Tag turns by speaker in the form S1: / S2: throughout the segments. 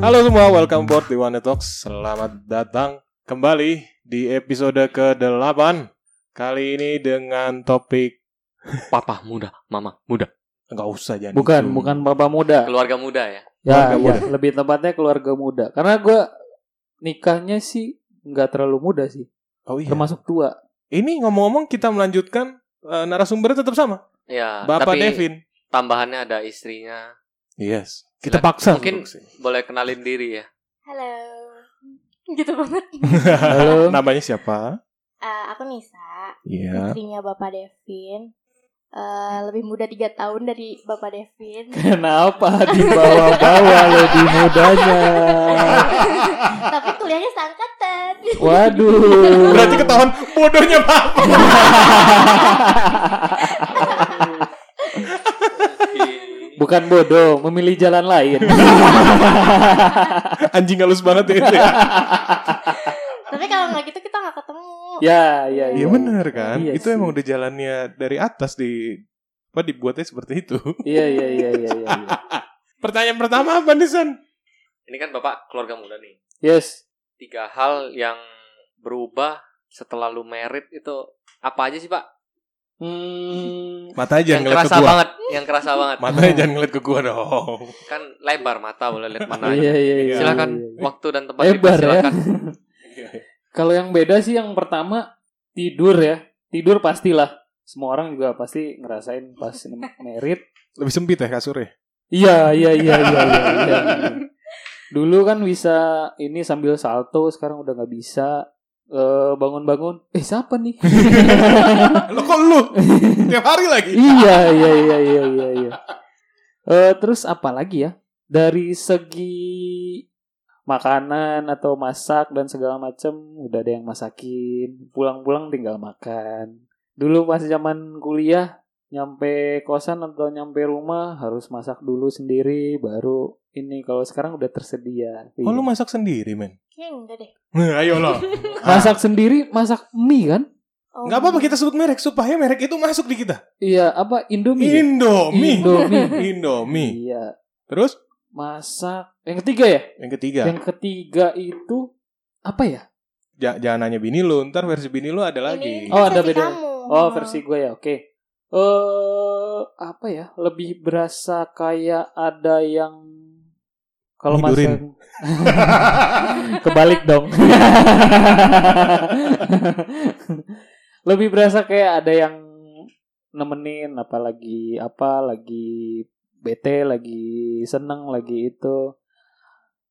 S1: Halo semua, welcome board di One Talks. Selamat datang kembali di episode ke-8. Kali ini dengan topik
S2: Papa muda, mama muda,
S1: enggak usah jadi. itu.
S3: Bukan, bukan bapak muda.
S2: keluarga muda ya.
S3: Ya,
S1: Keluarga
S3: ya, lebih tepatnya keluarga muda. Karena gue nikahnya sih nggak terlalu muda sih,
S1: Oh iya.
S3: termasuk tua.
S1: Ini ngomong-ngomong kita melanjutkan eh, narasumbernya tetap sama.
S2: Ya,
S1: Bapak
S2: tapi
S1: Devin.
S2: tambahannya ada istrinya.
S1: Yes.
S2: Kita Silakan.
S1: paksa.
S2: Mungkin- Boleh kenalin diri ya.
S4: Halo. Gitu banget.
S3: Halo.
S1: namanya siapa?
S4: Eh, aku Nisa,
S3: Ya.
S1: Iya.
S4: istrinya Bapak Devin. Eh,
S3: Hmm.
S4: lebih muda tiga tahun dari Bapak Devin.
S3: Kenapa dibawa-bawa lebih mudanya?
S4: Tapi kuliahnya seangkatan.
S3: Waduh.
S1: Berarti ketahuan bodohnya Bapak.
S2: Oke.
S3: Bukan bodoh, memilih jalan lain.
S1: Anjing halus banget ya itu ya.
S3: Iya,
S4: Tapi kalau nggak gitu kita nggak ketemu.
S3: ya, ya,
S1: Iya
S3: ya.
S1: benar kan?
S3: Iya
S1: itu
S3: sih.
S1: emang udah jalannya dari atas di apa dibuatnya seperti itu.
S3: Iya, iya, iya, iya, iya. iya.
S1: Pertanyaan pertama apa nih San?
S2: Ini kan Bapak keluarga muda nih.
S3: Yes.
S2: Tiga hal yang berubah setelah lu merit itu apa aja sih, Pak?
S3: Hmm,
S1: Matanya jangan
S2: yang
S1: ngeliat ke
S2: kerasa
S1: gua.
S2: banget, yang kerasa banget.
S1: Matanya jangan ngeliat ke gua dong.
S2: Kan lebar mata boleh lihat
S1: Nah,
S2: mana.
S3: iya,
S2: aja.
S3: iya, iya.
S2: Silakan
S3: iya, iya.
S2: waktu dan tempat
S3: Lebar ya.
S2: dipersilakan.
S3: Kalau yang beda sih yang pertama tidur ya. Tidur pastilah. Semua orang juga pasti ngerasain pas merit.
S1: Lebih sempit ya kasurnya.
S3: Iya, iya, iya, iya, iya. iya. Dulu kan bisa ini sambil salto, sekarang udah nggak bisa. Eh, bangun-bangun. Eh, siapa nih?
S1: Lo kok lu? Tiap hari lagi.
S3: iya, iya, iya, iya, iya, iya. Eh, terus apa lagi ya? Dari segi makanan atau masak dan segala macem udah ada yang masakin. Pulang-pulang tinggal makan. Dulu pas zaman kuliah nyampe kosan atau nyampe rumah harus masak dulu sendiri baru ini kalau sekarang udah tersedia.
S1: Oh lu
S3: Iya.
S1: masak sendiri men?
S4: Kayaknya enggak deh.
S1: Nah, ayo lo.
S3: masak sendiri, masak mie kan?
S4: Oh.
S1: Gak apa-apa kita sebut merek supaya merek itu masuk di kita.
S3: Iya, apa Indomie? ya?
S1: Indomie.
S3: Indomie.
S1: Indomie.
S3: Iya,
S1: Terus
S3: masak. Yang ketiga ya?
S1: yang ketiga,
S3: Yang ketiga itu apa ya?
S1: ja- jangan nanya bini lu, ntar versi bini lu ada
S4: Ini
S1: lagi.
S3: Oh, ada
S4: versi
S3: beda.
S4: kamu.
S3: Oh, versi gue ya. Oke. Eh apa ya? Lebih berasa kayak ada yang kalau masak
S1: Ngidurin.
S3: kebalik dong. Lebih berasa kayak ada yang nemenin apalagi apa lagi bete lagi seneng lagi itu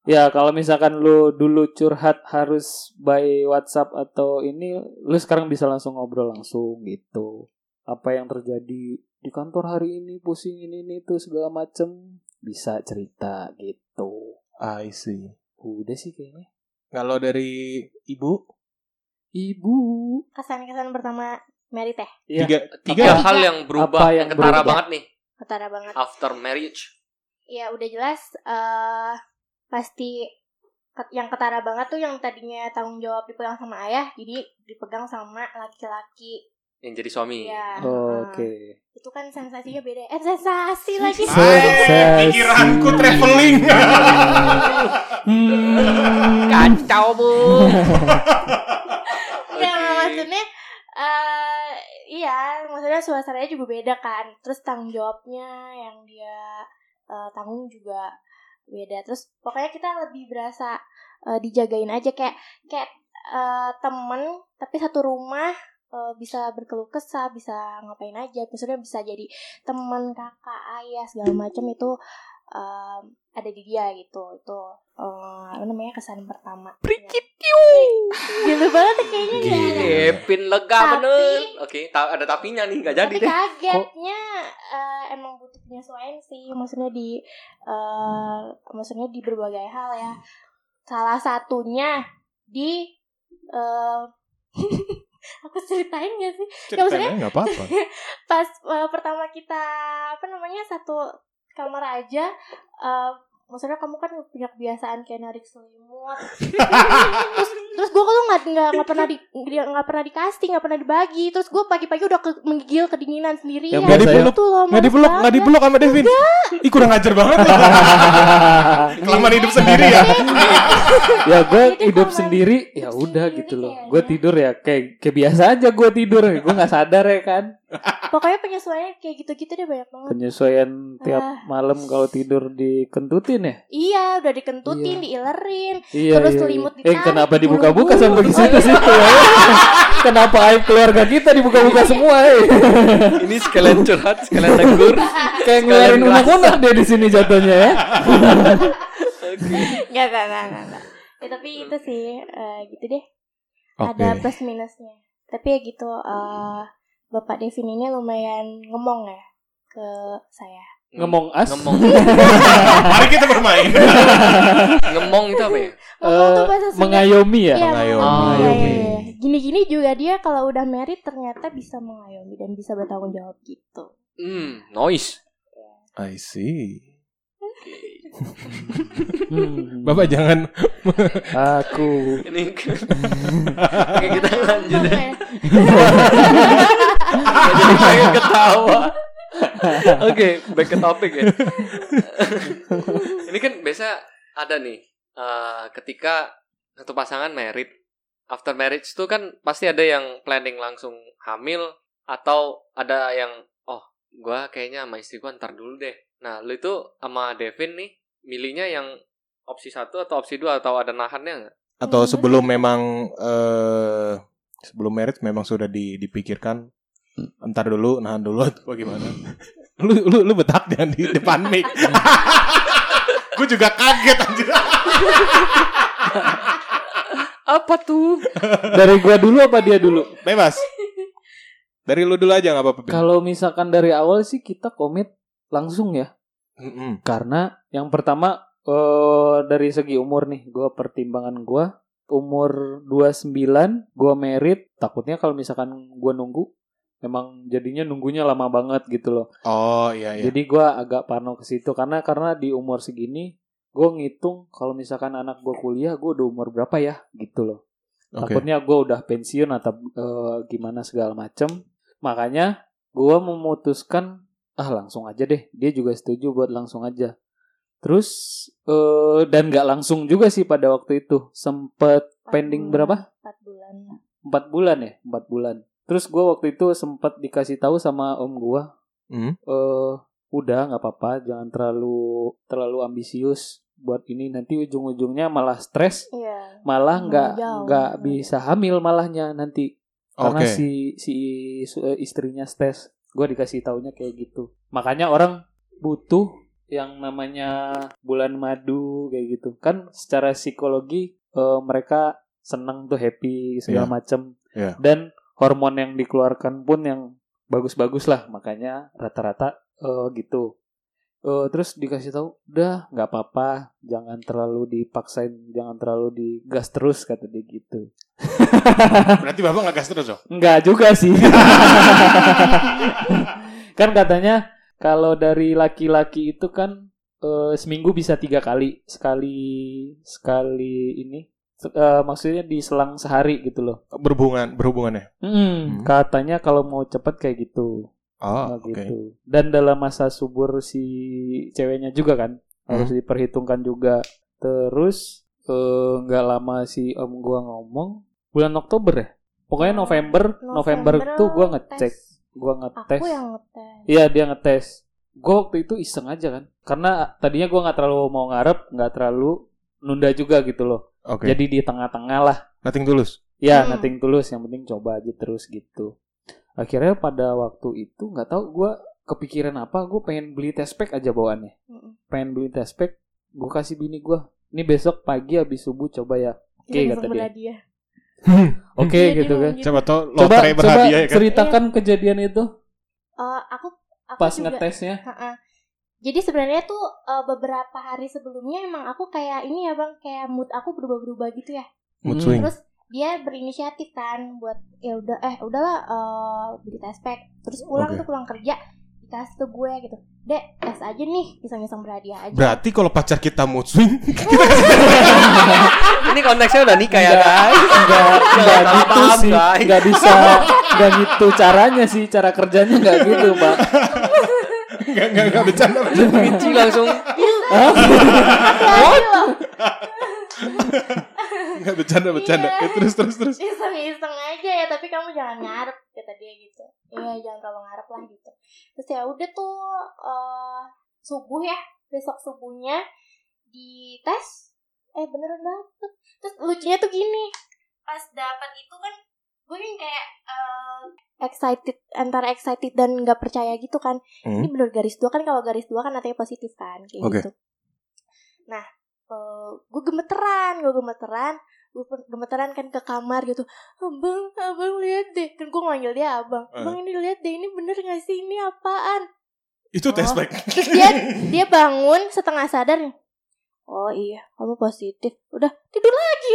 S3: ya kalau misalkan lu dulu curhat harus by WhatsApp atau ini lu sekarang bisa langsung ngobrol langsung gitu apa yang terjadi di kantor hari ini pusing ini ini itu segala macem bisa cerita gitu
S1: Ah, I see.
S3: udah sih kayaknya
S1: Kalau dari ibu,
S3: ibu
S4: Kesan-kesan pertama Mary teh.
S3: Iya.
S1: tiga, tiga.
S2: Tiga hal yang berubah,
S3: Apa
S2: yang,
S3: yang
S2: ketara
S3: berubah?
S2: banget nih
S4: Ketara banget.
S2: after marriage.
S4: Ya udah jelas. eh pasti ke- yang ketara banget tuh yang tadinya tanggung jawab dipegang sama ayah, jadi dipegang sama laki-laki.
S2: Yang jadi suami.
S4: Iya.
S3: Oh, oke
S4: itu kan sensasinya beda eh sensasi lagi
S3: Sensasi. Ya,
S1: pikiranku traveling.
S3: Hmm.
S2: Kacau, Bu.
S4: Enggak, Iya, maksudnya eh iya maksudnya suasananya juga beda kan terus tanggung jawabnya yang dia eh, tanggung juga beda terus pokoknya kita lebih berasa eh, dijagain aja kayak kayak eh, temen tapi satu rumah eh, bisa berkeluh kesah bisa ngapain aja maksudnya bisa jadi teman kakak ayah segala macam itu eh, ada di dia gitu itu eh, apa namanya kesan pertama Ya. gitu banget tuh kayaknya nggak ada.
S2: Kevin lega
S4: Tapi-
S2: bener. Oke, ta- ada tapinya nih nggak jadi
S4: Tapi
S2: deh.
S4: kagetnya eh, emang butuh penyesuaian sih, maksudnya di eh, maksudnya di berbagai hal ya. Salah satunya di eh, aku ceritain gak sih maksudnya-
S1: Ceritanya nggak apa-apa.
S4: pas eh, pertama kita apa namanya satu kamar aja eh, maksudnya kamu kan punya kebiasaan kayak narik selimut terus terus gue tuh nggak nggak nggak pernah di nggak pernah dikasih nggak pernah dibagi terus gue pagi-pagi udah ke, menggigil kedinginan sendiri
S3: Yang
S1: biasa ya.
S4: gitu loh
S1: Nggak dibelok, nggak dibelok sama Devin. Ih kurang ajar banget. ya. Kelamaan hidup sendiri ya.
S3: ya gue
S4: Jadi
S3: hidup
S4: kalau
S3: sendiri
S4: Iya kan, hidup
S3: ya udah
S4: sendiri
S3: gitu loh
S4: kayaknya.
S3: gue tidur ya kayak kayak biasa aja gue tidur gue nggak sadar ya kan
S4: pokoknya penyesuaiannya kayak gitu-gitu deh banyak banget
S3: penyesuaian tiap
S4: Ah.
S3: malam kalau tidur dikentutin ya
S4: iya udah dikentutin diilerin
S3: iya
S4: Terus
S3: iya,
S4: selimut
S3: iya. eh
S4: ditarik,
S3: kenapa dibuka-buka sampai
S4: bulu-bulu.
S3: di situ
S4: Oh,
S3: situ
S4: iya.
S3: ya kenapa aib keluarga kita dibuka-buka semua eh?
S2: Ini sekalian curhat, sekalian tegur.
S3: kayak ngeluarin unek-unek dia di sini jatuhnya ya
S4: Nggak, nggak, nggak, nggak, nggak. Ya, tapi itu sih eh, gitu deh. Ada plus minusnya. Tapi ya gitu eh Bapak Devin ini lumayan ngomong ya ke saya.
S3: ngomong as
S2: Ngemong.
S1: Mari kita bermain.
S2: Ngemong itu apa ya?
S4: Ngomong tuh
S3: Eh,
S4: bahasa Sunda.
S3: mengayomi ya
S4: Iya,
S1: Mengayomi.
S4: mengayomi.
S3: Mengayomi.
S4: Iya, iya. Gini-gini juga dia kalau udah merit ternyata bisa mengayomi dan bisa bertanggung jawab gitu.
S2: Hmm, noise.
S1: I see.
S3: Hmm.
S1: Bapak jangan
S3: aku
S2: Ini Oke, kita lanjut ya.
S4: Oke.
S2: Jadi pengen ketawa. Oke, back ke topik ya. Ini kan biasa ada nih eh, ketika satu pasangan merit after marriage tuh kan pasti ada yang planning langsung hamil atau ada yang oh gua kayaknya sama istri gua ntar dulu deh. Nah, lu itu sama Devin nih milihnya yang opsi satu atau opsi dua atau ada nahannya nggak?
S1: atau sebelum memang eh sebelum marriage memang sudah di- dipikirkan entar dulu nahan dulu atau bagaimana lu lu lu betak dan di depan mic gue juga kaget anjir
S2: Apa tuh?
S3: dari gua dulu apa dia dulu
S1: bebas dari lu dulu aja nggak apa-apa Bin.
S3: kalau misalkan dari awal sih kita komit langsung ya
S1: Mm-mm.
S3: Karena yang pertama eh dari segi umur nih, gua pertimbangan gua umur 29 gua merit, takutnya kalau misalkan gua nunggu memang jadinya nunggunya lama banget gitu loh.
S1: oh iya iya
S3: Jadi gua agak parno ke situ karena karena di umur segini gua ngitung kalau misalkan anak gua kuliah gua udah umur berapa ya gitu loh.
S1: oke
S3: Takutnya gue udah pensiun atau eh, gimana segala macem. Makanya gue memutuskan ah langsung aja deh. Dia juga setuju buat langsung aja. Terus eh, dan nggak langsung juga sih pada waktu itu sempet
S4: Empat
S3: pending
S4: bulan,
S3: berapa?
S4: Empat bulan.
S3: Empat bulan ya, empat bulan. Terus gue waktu itu sempet dikasih tahu sama om gue,
S1: Hmm.
S3: eh udah nggak apa-apa, jangan terlalu terlalu ambisius buat ini nanti ujung-ujungnya malah stres
S4: Iya.
S3: malah nggak
S4: Jauh.
S3: nggak bisa hamil malahnya nanti karena
S1: oke
S3: si si su- eh, istrinya stres gue dikasih taunya kayak gitu makanya orang butuh yang namanya bulan madu kayak gitu kan secara psikologi eh, mereka seneng tuh happy segala
S1: Iya.
S3: macem
S1: Iya.
S3: dan hormon yang dikeluarkan pun yang bagus-bagus lah makanya rata-rata eh, gitu Eh, terus dikasih tahu udah nggak apa-apa jangan terlalu dipaksain jangan terlalu digas terus kata dia gitu
S1: berarti bapak nggak gas terus oh? dong
S3: Enggak juga sih. kan katanya kalau dari laki-laki itu kan eh, seminggu bisa tiga kali, sekali sekali ini se- eh, maksudnya di selang sehari gitu loh.
S1: berhubungan berhubungan ya
S3: Mm,
S1: Hmm.
S3: Katanya kalau mau cepet kayak gitu,
S1: oh
S3: Nah,
S1: oke
S3: gitu. Dan dalam masa subur si ceweknya juga kan
S1: Hmm.
S3: harus diperhitungkan juga. Terus eh, nggak lama si om gua ngomong bulan Oktober ya. Pokoknya November, November, tuh gua ngecek
S4: tes.
S3: gua ngetes
S4: Aku yang ngetes.
S3: iya dia ngetes gue waktu itu iseng aja kan karena tadinya gua nggak terlalu mau ngarep nggak terlalu nunda juga gitu loh
S1: oke
S3: jadi di tengah-tengah lah
S1: nothing tulus
S3: ya
S4: Hmm.
S3: nothing tulus yang penting coba aja terus gitu akhirnya pada waktu itu nggak tahu gua kepikiran apa gue pengen beli test pack aja bawaannya
S4: Mm-mm.
S3: pengen beli test pack gue kasih bini gua ini besok pagi habis subuh coba ya oke
S4: Jadi
S3: kata dia
S4: pembelah dia.
S3: oke
S4: Iya, dia
S3: gitu
S4: ngomong
S3: kan
S4: gitu.
S1: coba tau
S3: coba
S1: lotre
S3: coba
S1: berhadiah ya kan
S3: ceritakan kejadian itu
S4: Eh, aku aku
S3: pas
S4: juga,
S3: ngetesnya
S4: Heeh. Jadi sebenarnya tuh eh, beberapa hari sebelumnya emang aku kayak ini ya bang kayak mood aku berubah-berubah gitu ya.
S1: mood swing
S3: Hmm.
S4: Terus dia berinisiatif kan buat ya udah eh udahlah eh beli test pack. Terus pulang
S1: Oke.
S4: tuh pulang kerja kasih ke gue gitu dek tes aja nih iseng-iseng berhadiah aja
S1: Berarti kalau pacar kita mood swing,
S2: Ini konteksnya udah nikah ya
S3: Enggak.
S2: guys.
S3: Enggak, enggak
S2: Salah
S3: gitu
S2: paham,
S3: sih.
S2: guys.
S3: Enggak bisa. Enggak gitu caranya sih. Cara kerjanya enggak gitu, Pak.
S1: nggak nggak nggak bercanda.
S2: Benci langsung.
S4: Iya. Hati-hati loh.
S1: Nggak bercanda bercanda.
S4: Iya.
S1: Eh, terus terus terus.
S4: iseng-iseng aja ya tapi kamu jangan ngarep kata dia gitu iya jangan terlalu ngarep lah gitu terus ya udah tuh eh, subuh ya besok subuhnya di tes eh beneran dapet terus lucunya tuh gini pas dapat itu kan gue kan kayak eh, excited antara excited dan nggak percaya gitu kan ini
S1: Hmm.
S4: bener garis dua kan kalau garis dua kan artinya positif kan kayak
S1: Oke.
S4: gitu nah gue gemeteran gue gemeteran gue gemeteran kan ke kamar gitu abang abang lihat deh kan gue manggil dia abang
S1: Eh.
S4: abang ini lihat deh ini bener gak sih ini apaan
S1: Itu tes
S4: Oh.
S1: back.
S4: dia dia bangun setengah sadar ya. oh iya kamu positif udah tidur lagi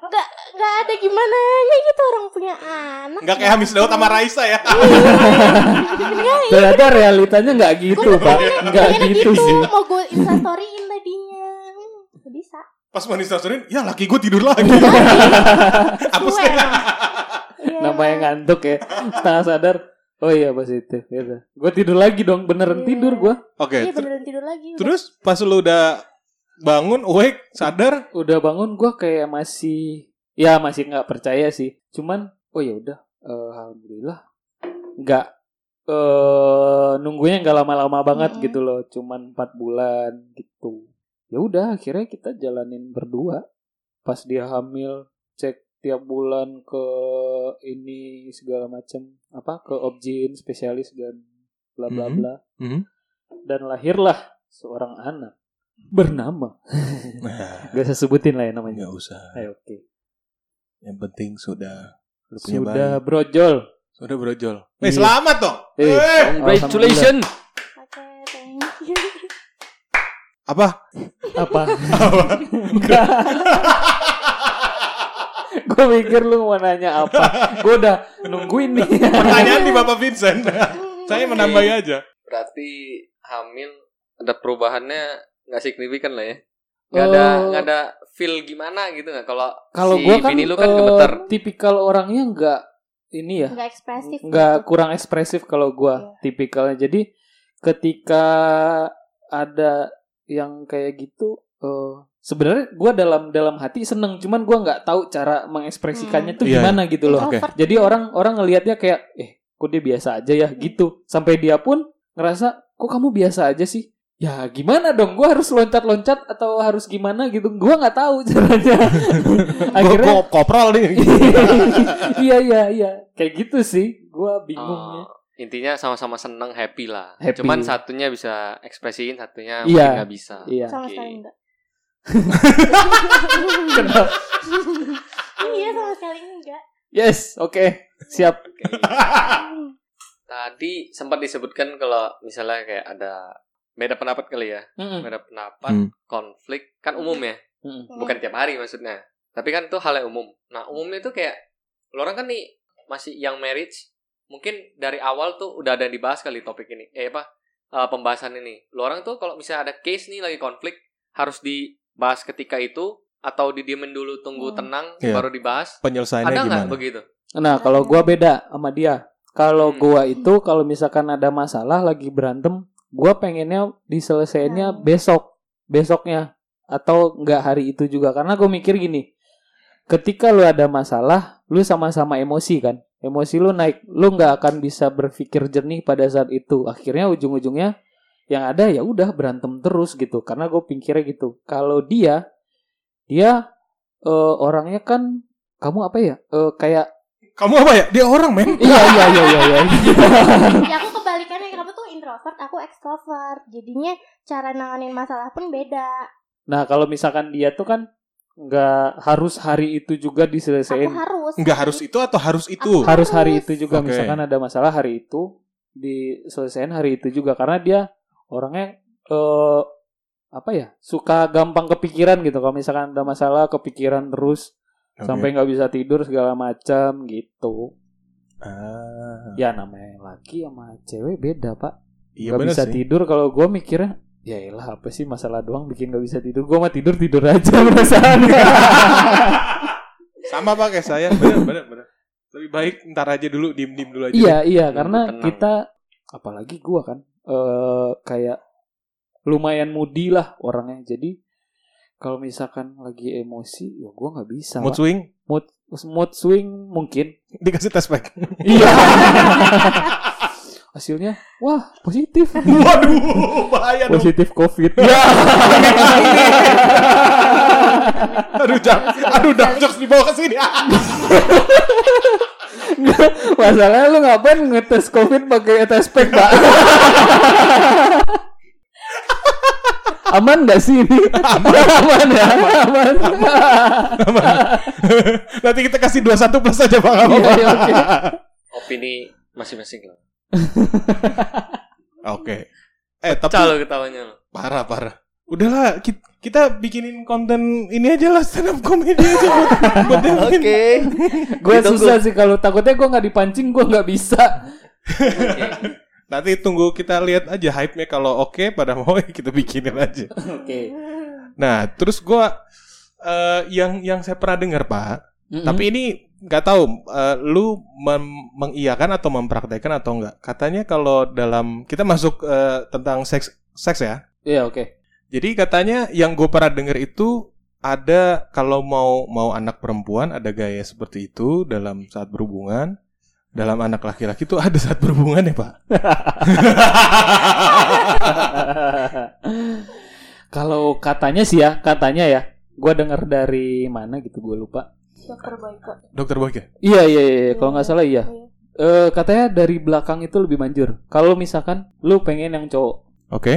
S4: nggak nggak ada gimana gitu orang punya anak
S1: Nggak kayak habis lewat sama Raisa ya.
S4: Nggak, iya.
S3: Ternyata realitanya enggak gitu, Pak. Enggak
S4: Pengennya
S3: gitu sih.
S4: mau gue instastoryin tadinya Hmm, nggak bisa
S1: Pas mau instastorin, ya laki gue tidur lagi. Hapus
S4: Gue
S1: deh.
S4: emang. Iya,
S3: Namanya
S4: emang.
S3: ngantuk ya. Setengah sadar. Oh iya positif gitu. Gue tidur lagi dong, beneran
S4: Iya.
S3: tidur gua.
S1: Oke.
S3: gitu.
S4: iya
S1: ter-
S4: beneran tidur lagi udah.
S1: Terus pas lu udah bangun, wake, sadar,
S3: Udah bangun gua kayak masih ya masih nggak percaya sih. Cuman oh ya udah eh, alhamdulillah nggak eh nunggunya nggak lama-lama banget
S4: Mm-mm.
S3: gitu loh. Cuman 4 bulan gitu. Ya udah akhirnya kita jalanin berdua. Pas dia hamil cek tiap bulan ke ini segala macam apa ke objin spesialis dan bla bla
S1: Mhm.
S3: bla
S1: Mhm.
S3: dan lahirlah seorang anak bernama gak saya sebutin lah ya namanya
S1: Nah, nggak usah.
S3: Ayo, oke
S1: Yang penting sudah lu punya
S3: sudah
S1: bayi.
S3: brojol
S1: sudah brojol. Eh
S3: Iya.
S1: selamat dong.
S3: Eh,
S1: Eh.
S2: Congratulations.
S4: oke thank you
S1: Apa?
S3: apa gue pikir lu mau nanya apa gue udah nungguin nih
S1: Pertanyaan di Bapak Vincent. Saya menambahi aja.
S2: Berarti hamil ada perubahannya nggak signifikan lah ya. Nggak ada
S3: Eh.
S2: nggak ada feel gimana gitu nggak kalau
S3: kalau
S2: si
S3: gue kan,
S2: bini lu kan
S3: eh,
S2: gemeter.
S3: tipikal orangnya nggak ini ya
S4: Hmm, nggak ekspresif
S3: nggak
S4: gitu.
S3: kurang ekspresif kalau gua tipikalnya jadi ketika ada yang kayak gitu eh, sebenarnya gua dalam dalam hati seneng cuman gua nggak tahu cara mengekspresikannya
S1: Hmm.
S3: tuh
S1: Iya,
S3: gimana gitu loh
S1: Oke.
S4: Introvert.
S3: jadi orang orang ngelihatnya kayak eh kok dia biasa aja ya gitu sampai dia pun ngerasa kok kamu biasa aja sih ya gimana dong gua harus loncat loncat atau harus gimana gitu gua nggak tahu caranya
S1: Gue
S3: akhirnya
S1: kopral nih.
S3: iya iya iya kayak gitu sih gua
S2: Oh,
S3: bingungnya
S2: intinya sama-sama seneng happy lah.
S3: ya. Happy.
S2: Cuman satunya bisa ekspresiin, satunya
S3: Iya.
S2: mungkin nggak bisa.
S3: iya
S4: sama
S2: Oke.
S4: sekali enggak
S3: Kenapa?
S4: iya sama sekali enggak
S3: Yes, oke, siap.
S4: Hmm.
S2: Tadi sempat disebutkan kalau misalnya kayak ada beda pendapat kali ya,
S3: Mm-mm.
S2: beda pendapat,
S1: Hmm.
S2: konflik kan umum ya,
S3: Mm-mm.
S2: bukan tiap hari maksudnya. Tapi kan itu hal yang umum. Nah umumnya itu kayak lu orang kan nih masih yang marriage, mungkin dari awal tuh udah ada yang dibahas kali topik ini. Eh apa eh, pembahasan ini? Lu orang tuh kalau misalnya ada case nih lagi konflik harus dibahas ketika itu atau didiemin dulu tunggu
S4: Hmm.
S2: tenang
S1: Iya.
S2: baru dibahas.
S1: Penyelesaiannya
S2: ada
S1: gimana?
S2: nggak begitu?
S3: Nah, kalau gua beda sama dia. Kalau gua itu kalau misalkan ada masalah lagi berantem, gua pengennya diselesainnya
S4: Hmm.
S3: besok, besoknya atau enggak hari itu juga karena gue mikir gini. Ketika lu ada masalah, lu sama-sama emosi kan. Emosi lu naik, lu nggak akan bisa berpikir jernih pada saat itu. Akhirnya ujung-ujungnya yang ada ya udah berantem terus gitu karena gue pikirnya gitu kalau dia dia eh, orangnya kan kamu apa ya Eh, kayak
S1: Kamu apa ya? Dia orang men.
S3: iya iya iya iya iya
S4: ya aku kebalikannya kamu tuh introvert aku ekstrovert jadinya cara nanganin masalah pun beda
S3: nah kalau misalkan dia tuh kan nggak harus hari itu juga
S4: aku
S3: diselesain
S4: harus
S1: Nggak harus itu atau harus itu?
S3: harus hari itu juga
S1: Oke.
S3: misalkan ada masalah hari itu diselesain hari itu juga karena dia orangnya eh apa ya suka gampang kepikiran gitu kalau misalkan ada masalah kepikiran terus
S1: Oke.
S3: sampai nggak bisa tidur segala macam gitu
S1: Ah,
S3: Ya namanya laki sama cewek beda pak.
S1: iya
S3: gak
S1: bener
S3: bisa
S1: sih.
S3: tidur kalau gue mikirnya ya elah apa sih masalah doang bikin gak bisa tidur gue mah tidur tidur aja
S1: Iya,
S3: perasaan
S1: Sama pak kayak saya. Bener bener bener. Lebih baik ntar aja dulu diem diem dulu aja.
S3: iya iya
S2: Lu
S3: karena
S2: tenang.
S3: kita apalagi gue kan eh kayak lumayan mudi lah orangnya jadi kalau misalkan lagi emosi ya gue nggak bisa
S1: Mood
S3: Pak.
S1: swing
S3: mood, mood swing mungkin
S1: dikasih tes pack.
S3: iya hasilnya wah positif
S1: Waduh, bahaya dong.
S3: positif covid
S1: Iya, Aduh, jam, aduh, dark jokes dibawa ke sini.
S3: Masalahnya lu ngapain ngetes COVID pakai tes pack, Pak? aman gak sih ini? Aman, ya, aman.
S1: Nanti kita kasih 21 plus aja, Bang.
S3: Iya, iya, oke.
S2: Opini masing-masing lah.
S1: Oke. Eh,
S2: Pecah
S1: tapi
S2: lo ketawanya lo.
S1: parah, parah. Udahlah, kita, kita bikinin konten ini aja lah stand up comedy aja buat buat yang lain.
S3: Gue susah sih kalau takutnya gue nggak dipancing, gue nggak bisa.
S2: Oke.
S1: Nanti tunggu kita lihat aja hype-nya kalau oke pada mau ya kita bikinin aja.
S3: Oke.
S1: Nah, terus gua eh, yang yang saya pernah dengar, Pak,
S3: Hmm.
S1: Tapi ini nggak tahu eh, lu mem- mengiyakan atau mempraktekkan atau enggak. Katanya kalau dalam kita masuk eh, tentang seks seks ya.
S3: ya oke.
S1: Jadi katanya yang gue pernah denger itu ada kalau mau mau anak perempuan ada gaya seperti itu dalam saat berhubungan. Dalam anak laki-laki itu ada saat berhubungan ya, Pak.
S3: kalau katanya sih ya, katanya ya. Gue dengar dari mana gitu, gue lupa.
S4: dokter Boyko
S1: Dokter Boyke.
S3: Iya, iya, iya. iya. Kalau nggak salah iya. Eh katanya dari belakang itu lebih manjur. Kalau misalkan lu pengen yang cowok,
S1: Oke.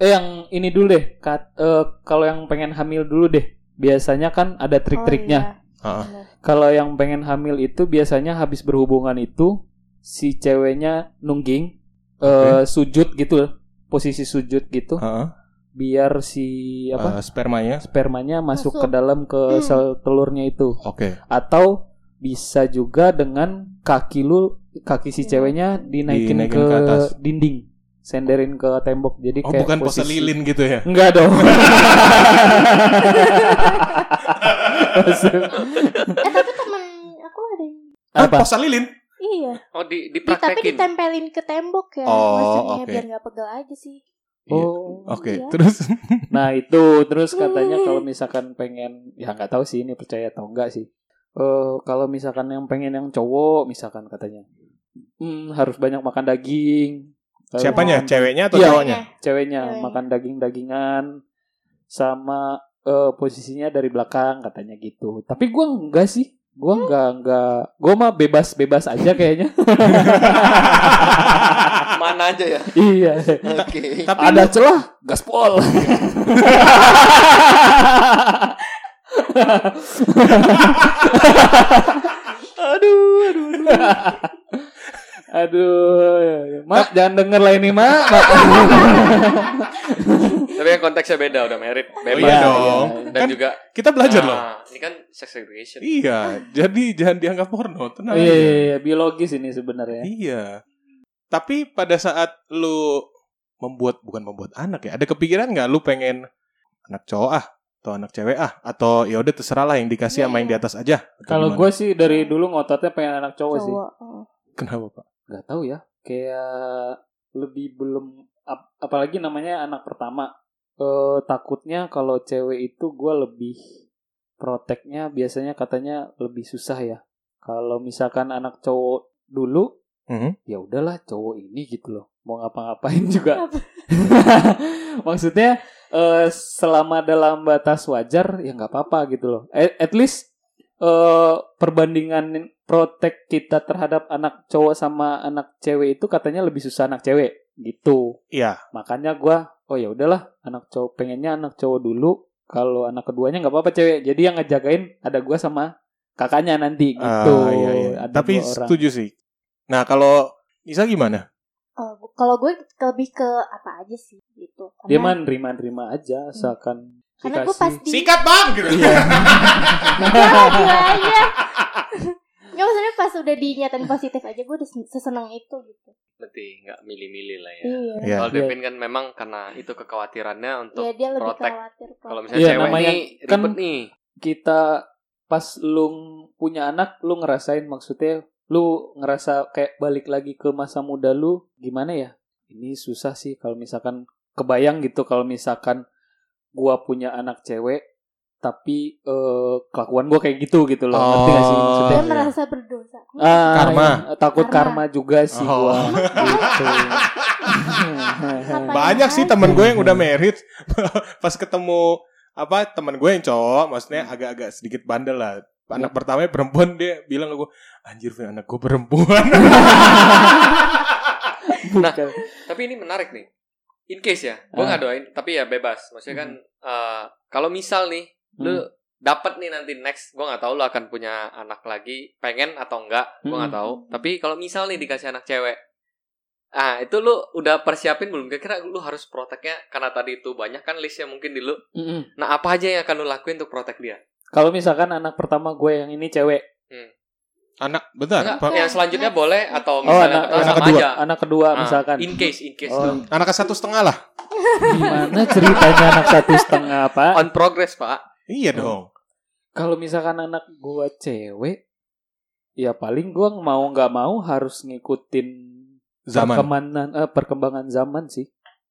S3: eh yang ini dulu deh. Kat, eh, kalau yang pengen hamil dulu deh. Biasanya kan ada
S4: Oh, iya.
S3: trik-triknya.
S1: Heeh.
S3: Kalau yang pengen hamil itu biasanya habis berhubungan itu si ceweknya nungging, eh sujud gitu, loh. posisi sujud gitu,
S1: Heeh.
S3: biar si apa
S1: Eh, spermanya.
S3: spermanya masuk,
S4: Masuk.
S3: ke dalam ke
S4: Hmm.
S3: sel telurnya itu.
S1: Oke.
S3: Atau bisa juga dengan kaki lu kaki
S4: Iya.
S3: si ceweknya dinaikin,
S1: Dinaikin
S3: ke,
S1: ke atas.
S3: dinding, senderin ke tembok. Jadi
S1: Oh,
S3: kayak
S1: bukan pose
S3: posisi-
S1: lilin gitu ya.
S3: Enggak dong. Maksud-
S4: eh tapi temen aku ada yang
S1: Ah,
S3: apa?
S1: pose lilin.
S4: iya
S2: Oh di
S4: Di- tapi
S2: dipraktekin.
S4: ditempelin ke tembok ya
S1: Oh,
S4: maksudnya
S1: oke.
S4: biar nggak pegel aja sih
S3: Oh.
S1: Oke,
S4: Iya.
S1: terus
S3: Nah itu terus katanya kalau misalkan pengen ya nggak tahu sih ini percaya atau enggak sih. Eh kalau misalkan yang pengen yang cowok misalkan katanya, hmm, harus banyak makan daging. Harus
S1: siapanya?
S3: makan-
S1: Ceweknya atau
S3: Iya.
S1: cowoknya? Oh,
S3: Ceweknya
S4: Ceweknya.
S3: makan daging dagingan sama eh, posisinya dari belakang katanya gitu. Tapi gua enggak sih. Gua enggak enggak. Gua mah bebas bebas aja kayaknya.
S2: Mana aja ya.
S3: iya.
S2: Oke.
S1: Tapi
S3: Ada celah gaspol.
S2: Aduh, aduh.
S3: Aduh, ya, ya. mak jangan denger lah ini mak. Mak.
S2: Tapi yang konteksnya beda udah merit, bebas.
S1: iya dong.
S2: Dan
S1: Kan
S2: juga
S1: Kita belajar
S2: nah,
S1: loh.
S2: Ini kan sex education.
S1: Iya, jadi jangan dianggap porno, tenang
S3: Iya, iya,
S1: aja.
S3: iya, biologis ini sebenarnya.
S1: Iya. Tapi pada saat lu membuat bukan membuat anak ya, ada kepikiran nggak lu pengen anak cowok ah atau anak cewek ah atau ya udah terserah lah yang dikasih
S4: Iya,
S1: sama yang di
S4: iya.
S1: atas aja. Atau
S3: Kalau
S1: gimana?
S3: gue sih dari dulu ngototnya pengen anak cowok, Oh, sih.
S4: cowok Eh, heeh.
S1: kenapa Pak?
S3: Gak tahu ya, kayak lebih belum ap- apalagi namanya anak pertama. Eh takutnya kalau cewek itu gue lebih proteknya biasanya katanya lebih susah ya. Kalau misalkan anak cowok dulu
S1: Mhm.
S3: ya udahlah cowok ini gitu loh mau ngapa-ngapain juga maksudnya eh, selama dalam batas wajar ya nggak apa-apa gitu loh at, at least eh, perbandingan protek kita terhadap anak cowok sama anak cewek itu katanya lebih susah anak cewek gitu
S1: Iya.
S3: makanya gua oh ya udahlah anak cowok pengennya anak cowok dulu kalau anak keduanya nggak apa-apa cewek jadi yang ngejagain ada gua sama kakaknya nanti gitu
S1: Ah, iya, iya.
S3: Ada
S1: Tapi
S3: dua orang.
S1: setuju sih. Nah, kalau Nisa gimana?
S4: Eh, gu- kalau gue ke- lebih ke apa aja sih gitu
S3: Dia mah
S4: Karena-
S3: nerima-nerima aja asalkan
S4: karena gue
S3: dikasih.
S4: pasti
S1: Sikat, Bang. Gitu.
S4: Gua- gua aja Iya, nggak maksudnya pas udah dinyatain positif aja gue udah sen- seseneng itu gitu
S2: berarti nggak milih-milih lah ya
S4: iya
S1: Iya.
S2: kalau
S3: Iya.
S2: Devin kan memang karena itu kekhawatirannya untuk
S4: ya dia lebih
S2: protect.
S4: khawatir
S2: kalau
S4: protect.
S2: misalnya
S3: Iya,
S2: cewek
S3: namanya
S2: nih
S3: kan-
S2: ribet nih
S3: kita pas lu ng- punya anak lu ngerasain maksudnya lu ngerasa kayak balik lagi ke masa muda lu gimana ya ini susah sih kalau misalkan kebayang gitu kalau misalkan gua punya anak cewek tapi eh, kelakuan gua kayak gitu gitu loh ngerti gak sih maksudnya
S4: dia
S1: Iya.
S4: merasa berdosa
S3: Ah,
S1: Karma.
S3: iya. takut karma,
S4: Karma.
S3: juga sih
S1: Oh.
S3: gua gitu.
S4: Apa?
S1: Ya. Banyak sih
S4: aja.
S1: temen gue yang udah married pas ketemu apa temen gue yang cowok maksudnya agak-agak sedikit Hmm. bandel lah. Anak pertamanya perempuan dia bilang ke gue, "Anjir, Vin, anak gue perempuan."
S3: Bukan.
S2: tapi ini menarik nih in case ya
S3: Ah.
S2: gue nggak doain tapi ya bebas maksudnya kan
S3: Hmm.
S2: eh, kalau misal nih lu dapat nih nanti next gue nggak tahu lu akan punya anak lagi pengen atau enggak gue nggak
S3: Hmm.
S2: tahu tapi kalau misal nih dikasih anak cewek ah itu lu udah persiapin belum kira-kira lu harus proteknya karena tadi itu banyak kan listnya mungkin di lu
S3: Mm-mm.
S2: nah apa aja yang akan lu lakuin untuk protek dia
S3: Hmm. Kalau misalkan anak pertama gue yang ini cewek,
S1: anak, bentar.
S2: Enggak,
S3: ya.
S1: Pak.
S2: yang selanjutnya boleh atau
S3: oh
S2: misalnya
S3: anak
S2: atau
S1: anak
S2: sama
S1: kedua.
S2: aja
S3: anak kedua
S2: Ah,
S3: misalkan.
S2: in case in case
S3: Oh,
S2: dong.
S1: Anaknya satu setengah lah.
S3: gimana ceritanya anak satu setengah pak?
S2: on progress pak
S1: Iya dong.
S3: Kalau misalkan anak gua cewek, ya paling gua mau nggak mau harus ngikutin
S1: Zaman.
S3: perkembangan eh, perkembangan zaman sih.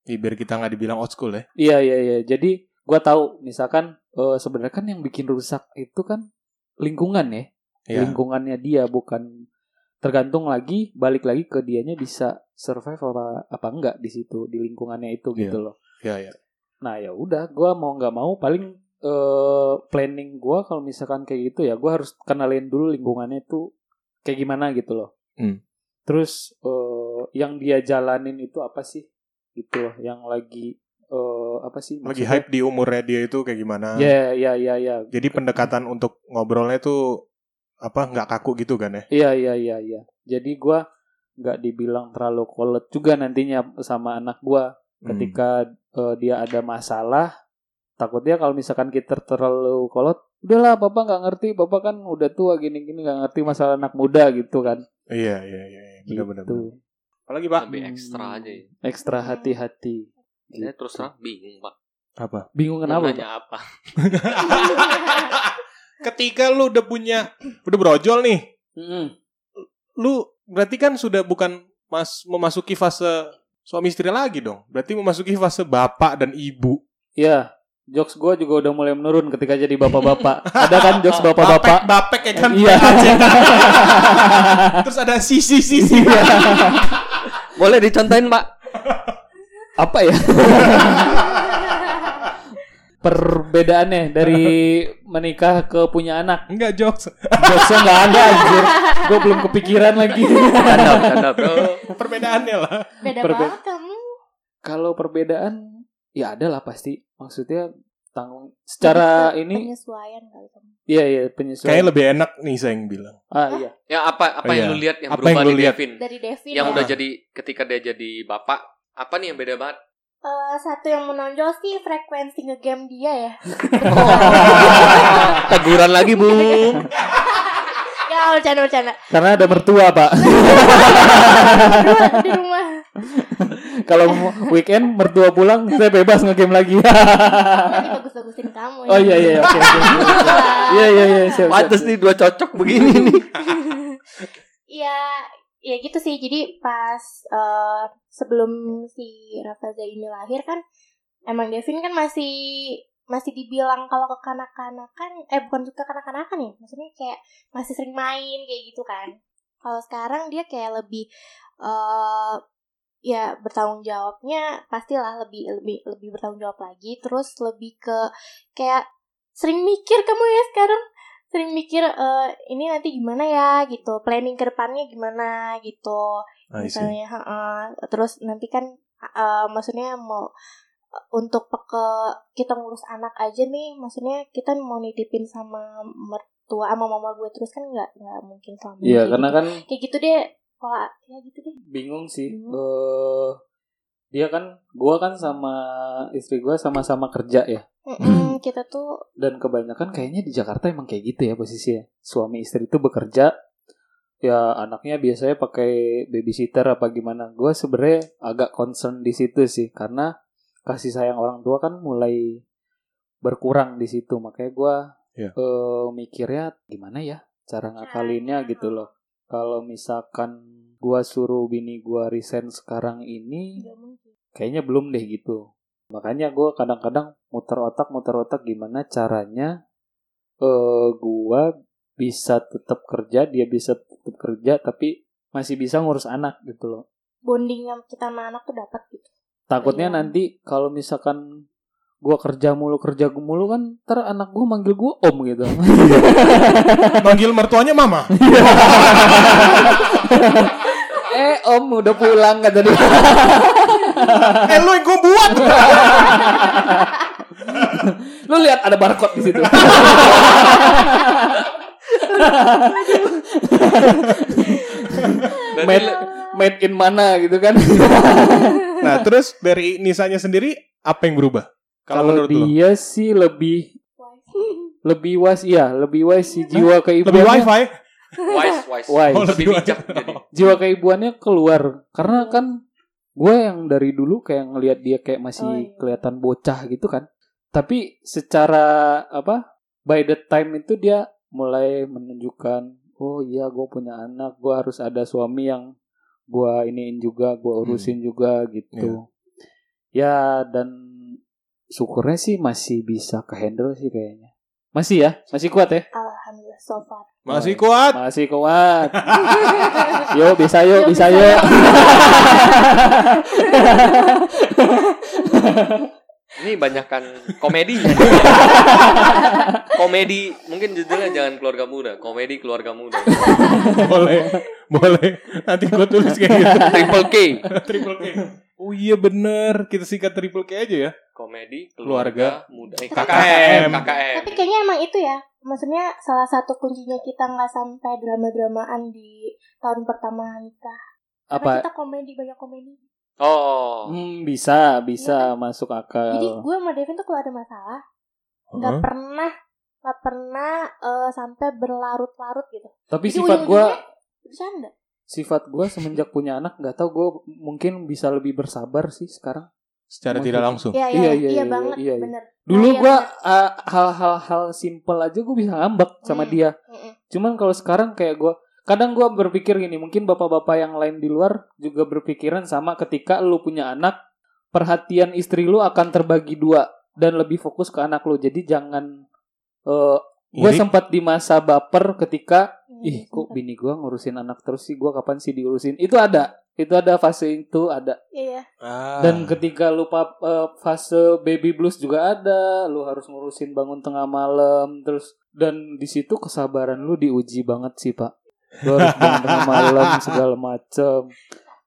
S1: Ih, biar kita nggak dibilang old school ya.
S3: Iya iya iya. Jadi gua tahu misalkan eh, sebenarnya kan yang bikin rusak itu kan lingkungan ya.
S1: Iya.
S3: lingkungannya dia bukan tergantung lagi balik lagi ke dianya bisa survive apa apa enggak di situ di lingkungannya itu gitu loh.
S1: Iya, iya.
S3: Nah ya udah, gue mau nggak mau paling eh, planning gue kalau misalkan kayak gitu ya gue harus kenalin dulu lingkungannya itu kayak gimana gitu loh.
S1: Hmm.
S3: Terus eh, yang dia jalanin itu apa sih gitu loh, yang lagi eh, apa sih?
S1: Lagi
S3: maksudnya?
S1: hype di umurnya dia itu kayak gimana?
S3: Ya ya ya ya
S1: Jadi pendekatan untuk ngobrolnya tuh apa nggak kaku gitu kan ya?
S3: Iya iya iya iya. Jadi gua nggak dibilang terlalu kolot juga nantinya sama anak gua ketika eh, dia ada masalah. Takutnya kalau misalkan kita terlalu kolot, udahlah bapak nggak ngerti, bapak kan udah tua gini-gini nggak ngerti masalah anak muda gitu kan.
S1: Hmm. Iya, iya, iya, iya. benar-benar.
S3: Gitu. Hmm.
S1: Apalagi, Pak?
S2: lebih ekstra aja ya.
S3: Ekstra hati-hati.
S2: Saya terus terang bingung pak
S1: Apa?
S3: Bingung
S2: Mau
S3: kenapa? Pak?
S2: nanya apa
S1: Ketika lu udah punya udah brojol nih,
S3: Mm-mm.
S1: lu berarti kan sudah bukan mas memasuki fase suami istri lagi dong. Berarti memasuki fase bapak dan ibu.
S3: Iya. Jokes gua juga udah mulai menurun ketika jadi bapak-bapak. ada kan jokes bapak-bapak?
S1: bapek ya kan.
S3: Iya.
S1: Terus ada sisi sisi.
S3: Iya.
S2: boleh dicontohin pak
S3: apa ya perbedaannya dari menikah ke punya anak
S1: Enggak jokes.
S3: jokesnya nggak ada anjir gue belum kepikiran lagi
S2: canda canda bro
S1: Perbedaannya lah.
S4: beda
S3: Perbe-
S4: banget kan? kamu
S3: kalau perbedaan ya ada lah pasti maksudnya tanggung secara
S4: Penyesuaian
S3: ini
S4: penyesuaian kali kamu
S3: iya iya penyesuaian
S1: Kayaknya lebih enak nih saya yang bilang.
S3: ah iya
S2: ya apa apa
S1: Oh,
S2: yang
S1: iya.
S2: lu lihat yang
S1: Apa
S2: berubah
S1: yang lu
S2: di
S1: lihat? Ah.
S2: Devin
S4: dari Devin
S2: yang
S4: ya.
S2: udah jadi ketika dia jadi bapak apa nih yang beda banget
S4: Eh, satu yang menonjol sih frekuensi ngegame dia ya
S2: teguran lagi bu
S4: ya bercanda bercanda
S3: karena ada mertua pak
S4: Kedua, di rumah
S3: kalau mau weekend mertua pulang saya bebas ngegame lagi
S4: nanti bagus bagusin kamu ya.
S3: oh iya iya oke oke iya iya iya siap, siap, siap.
S2: nih dua cocok begini nih
S4: Iya, ya gitu sih. Jadi pas eh, sebelum si Rafaza ini lahir kan, emang Devin kan masih masih dibilang kalau kekanak-kanakan, eh bukan kekanak-kanakan ya, maksudnya kayak masih sering main kayak gitu kan. Kalau sekarang dia kayak lebih eh ya bertanggung jawabnya pastilah lebih lebih lebih bertanggung jawab lagi, terus lebih ke kayak sering mikir kamu ya sekarang sering mikir "Eh, ini nanti gimana ya gitu planning ke depannya gimana gitu
S1: Ah, I see.
S4: misalnya heeh. terus nanti kan eh, maksudnya mau eh, untuk peke kita ngurus anak aja nih maksudnya kita mau nitipin sama mertua sama mama gue terus kan nggak nggak mungkin selama
S3: iya
S4: ini.
S3: karena kan
S4: kayak gitu deh pola ya gitu deh
S3: bingung sih.
S4: Bingung.
S3: Eh, dia kan, gua kan sama istri gua sama-sama kerja ya.
S4: Mm-mm, kita tuh
S3: Dan kebanyakan kayaknya di Jakarta emang kayak gitu ya posisinya. Suami istri itu bekerja, ya anaknya biasanya pakai babysitter apa gimana gue sebenarnya agak concern di situ sih karena kasih sayang orang tua kan mulai berkurang di situ makanya gue
S1: Iya.
S3: eh, mikirnya gimana ya cara ngakalinnya gitu loh kalau misalkan gue suruh bini gue resign sekarang ini
S4: Nggak mungkin.
S3: kayaknya belum deh gitu makanya gue kadang-kadang muter otak muter otak gimana caranya eh gue bisa tetap kerja dia bisa tetap kerja tapi masih bisa ngurus anak gitu loh
S4: Bonding yang kita sama anak tuh dapat gitu.
S3: takutnya
S4: Iya.
S3: nanti kalau misalkan gue kerja mulu kerja mulu kan ntar anak gue manggil gue om gitu
S1: Panggil mertuanya mama.
S3: eh om udah pulang kata dia
S1: eh lu yang gue buat.
S3: lu lihat ada barcode di situ
S2: Berarti
S3: made,
S2: lu-
S3: made in mana gitu kan
S1: nah terus dari Nisanya sendiri apa yang berubah? Kalau
S3: kalau
S1: menurut lu?
S3: dia sih lebih lebih wise ya lebih wise si jiwa
S1: Lebih
S3: keibuannya
S1: wifi?
S2: wise wise,
S3: Wise.
S1: Oh, lebih
S2: lebih bijak
S1: wise.
S2: jadi
S3: jiwa keibuannya keluar karena kan gue yang dari dulu kayak ngelihat dia kayak masih
S4: Oh, iya.
S3: kelihatan bocah gitu kan tapi secara apa by the time itu dia mulai menunjukkan oh iya gue punya anak gue harus ada suami yang gue iniin juga gue urusin juga gitu ya dan syukurnya sih masih bisa kehandle sih kayaknya masih ya masih kuat ya
S4: Alhamdulillah so far.
S1: Masih kuat.
S3: masih kuat Yo bisa yo
S4: Yo,
S3: bisa
S4: bisa,
S3: yo.
S4: yo.
S2: ini banyakkan komedi komedi mungkin judulnya jangan keluarga muda komedi keluarga muda
S1: boleh. Boleh. Nanti gue tulis kayak gitu.
S2: triple K
S1: triple K. Oh iya bener. Kita sikat triple K aja ya.
S2: komedi
S1: Keluarga.
S2: keluarga, muda eh,
S1: KKM.
S2: KKM KKM
S4: Tapi kayaknya emang itu ya. Maksudnya salah satu kuncinya kita nggak sampai drama-dramaan di tahun pertama nikah. Karena
S3: Apa?
S4: kita komedi banyak komedi.
S2: oh
S3: Hmm, bisa bisa masuk
S4: Iya kan? Jadi
S3: akal.
S4: gue sama Devin tuh kalau ada masalah nggak
S1: Heeh.
S4: pernah nggak pernah eh, sampai berlarut-larut gitu.
S3: Tapi
S4: Jadi
S3: sifat gue
S4: ujung-ujungnya bercanda.
S3: sifat gue semenjak punya anak nggak tahu gue mungkin bisa lebih bersabar sih sekarang.
S4: Nah,
S1: Secara tidak langsung.
S4: Iya, iya,
S3: Iya,
S4: iya,
S3: iya, iya,
S4: banget,
S3: iya, iya.
S4: bener.
S3: Dulu
S4: Nah, iya,
S3: gue hal-hal hal simpel aja gue bisa ngambek sama
S4: Hmm.
S3: dia.
S4: Mm-mm.
S3: Cuman kalau sekarang kayak gue kadang gue berpikir gini mungkin bapak-bapak yang lain di luar juga berpikiran sama ketika lu punya anak perhatian istri lu akan terbagi dua dan lebih fokus ke anak lu jadi jangan gue
S1: Iri.
S3: sempat di masa baper ketika ih
S4: Iya,
S3: kok
S4: sumpah.
S3: bini gue ngurusin anak terus sih gue kapan sih diurusin itu ada itu ada fase itu ada
S4: Iya.
S1: Ah.
S3: dan ketika lupa fase baby blues juga ada lu harus ngurusin bangun tengah malam terus dan di situ kesabaran lu diuji banget sih pak lu harus bangun tengah malam segala macem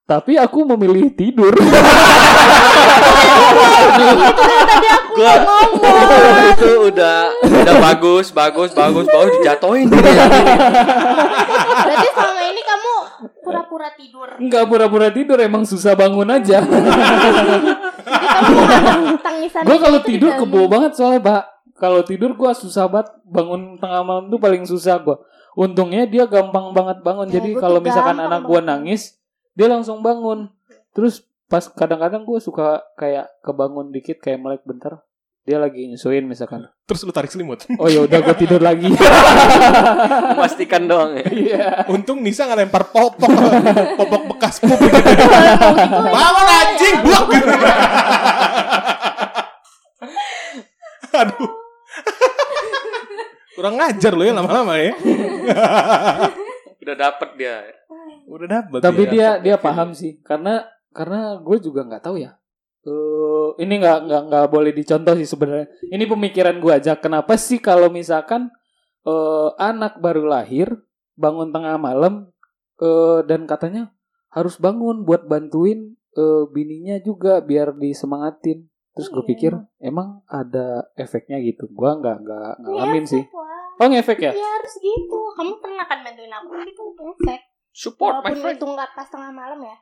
S3: tapi aku memilih tidur
S2: gua itu udah udah bagus bagus bagus bagus dijatoin
S4: Berarti selama ini kamu pura-pura tidur.
S3: nggak pura-pura tidur emang susah bangun aja
S4: Jadi kamu menganggap tangisan
S3: gue
S4: Kan itu
S3: kalau
S4: tuh
S3: tidur
S4: di dalam-
S3: kebo banget soalnya pak kalau tidur gue susah banget bangun tengah malam tuh paling susah gue untungnya dia gampang banget bangun
S4: Ya,
S3: jadi
S4: gua
S3: kalau
S4: tuh
S3: misalkan
S4: gampang
S3: anak gue
S4: banget.
S3: nangis dia langsung bangun terus pas kadang-kadang gue suka kayak kebangun dikit kayak melek bentar dia lagi nyusuin misalkan
S1: Terus lu tarik selimut.
S3: oh ya udah gue tidur lagi
S2: memastikan doang ya
S3: iya
S1: Untung Nisa nggak lempar popok, popok bekas pup. gitu. Bangun anjing,
S4: ya,
S1: buak. gitu. Aduh. Kurang ngajar lo ya lama-lama ya.
S2: udah dapet dia
S1: Udah dapet
S3: tapi
S1: ya.
S3: dia dia paham sih karena karena gue juga nggak tahu ya Eh, ini nggak nggak nggak boleh dicontoh sih sebenarnya ini pemikiran gue aja kenapa sih kalau misalkan eh, anak baru lahir bangun tengah malam eh, dan katanya harus bangun buat bantuin eh, bininya juga biar disemangatin terus gue
S4: Iya.
S3: pikir emang ada efeknya gitu gue nggak nggak ngalamin
S4: Ngefek,
S3: sih
S4: Wak.
S3: oh ngefek ya
S4: Ya harus gitu. Kamu pernah kan bantuin aku gitu ngefek.
S2: support my
S4: Walaupun
S2: friend
S4: itu nggak pas tengah malam ya.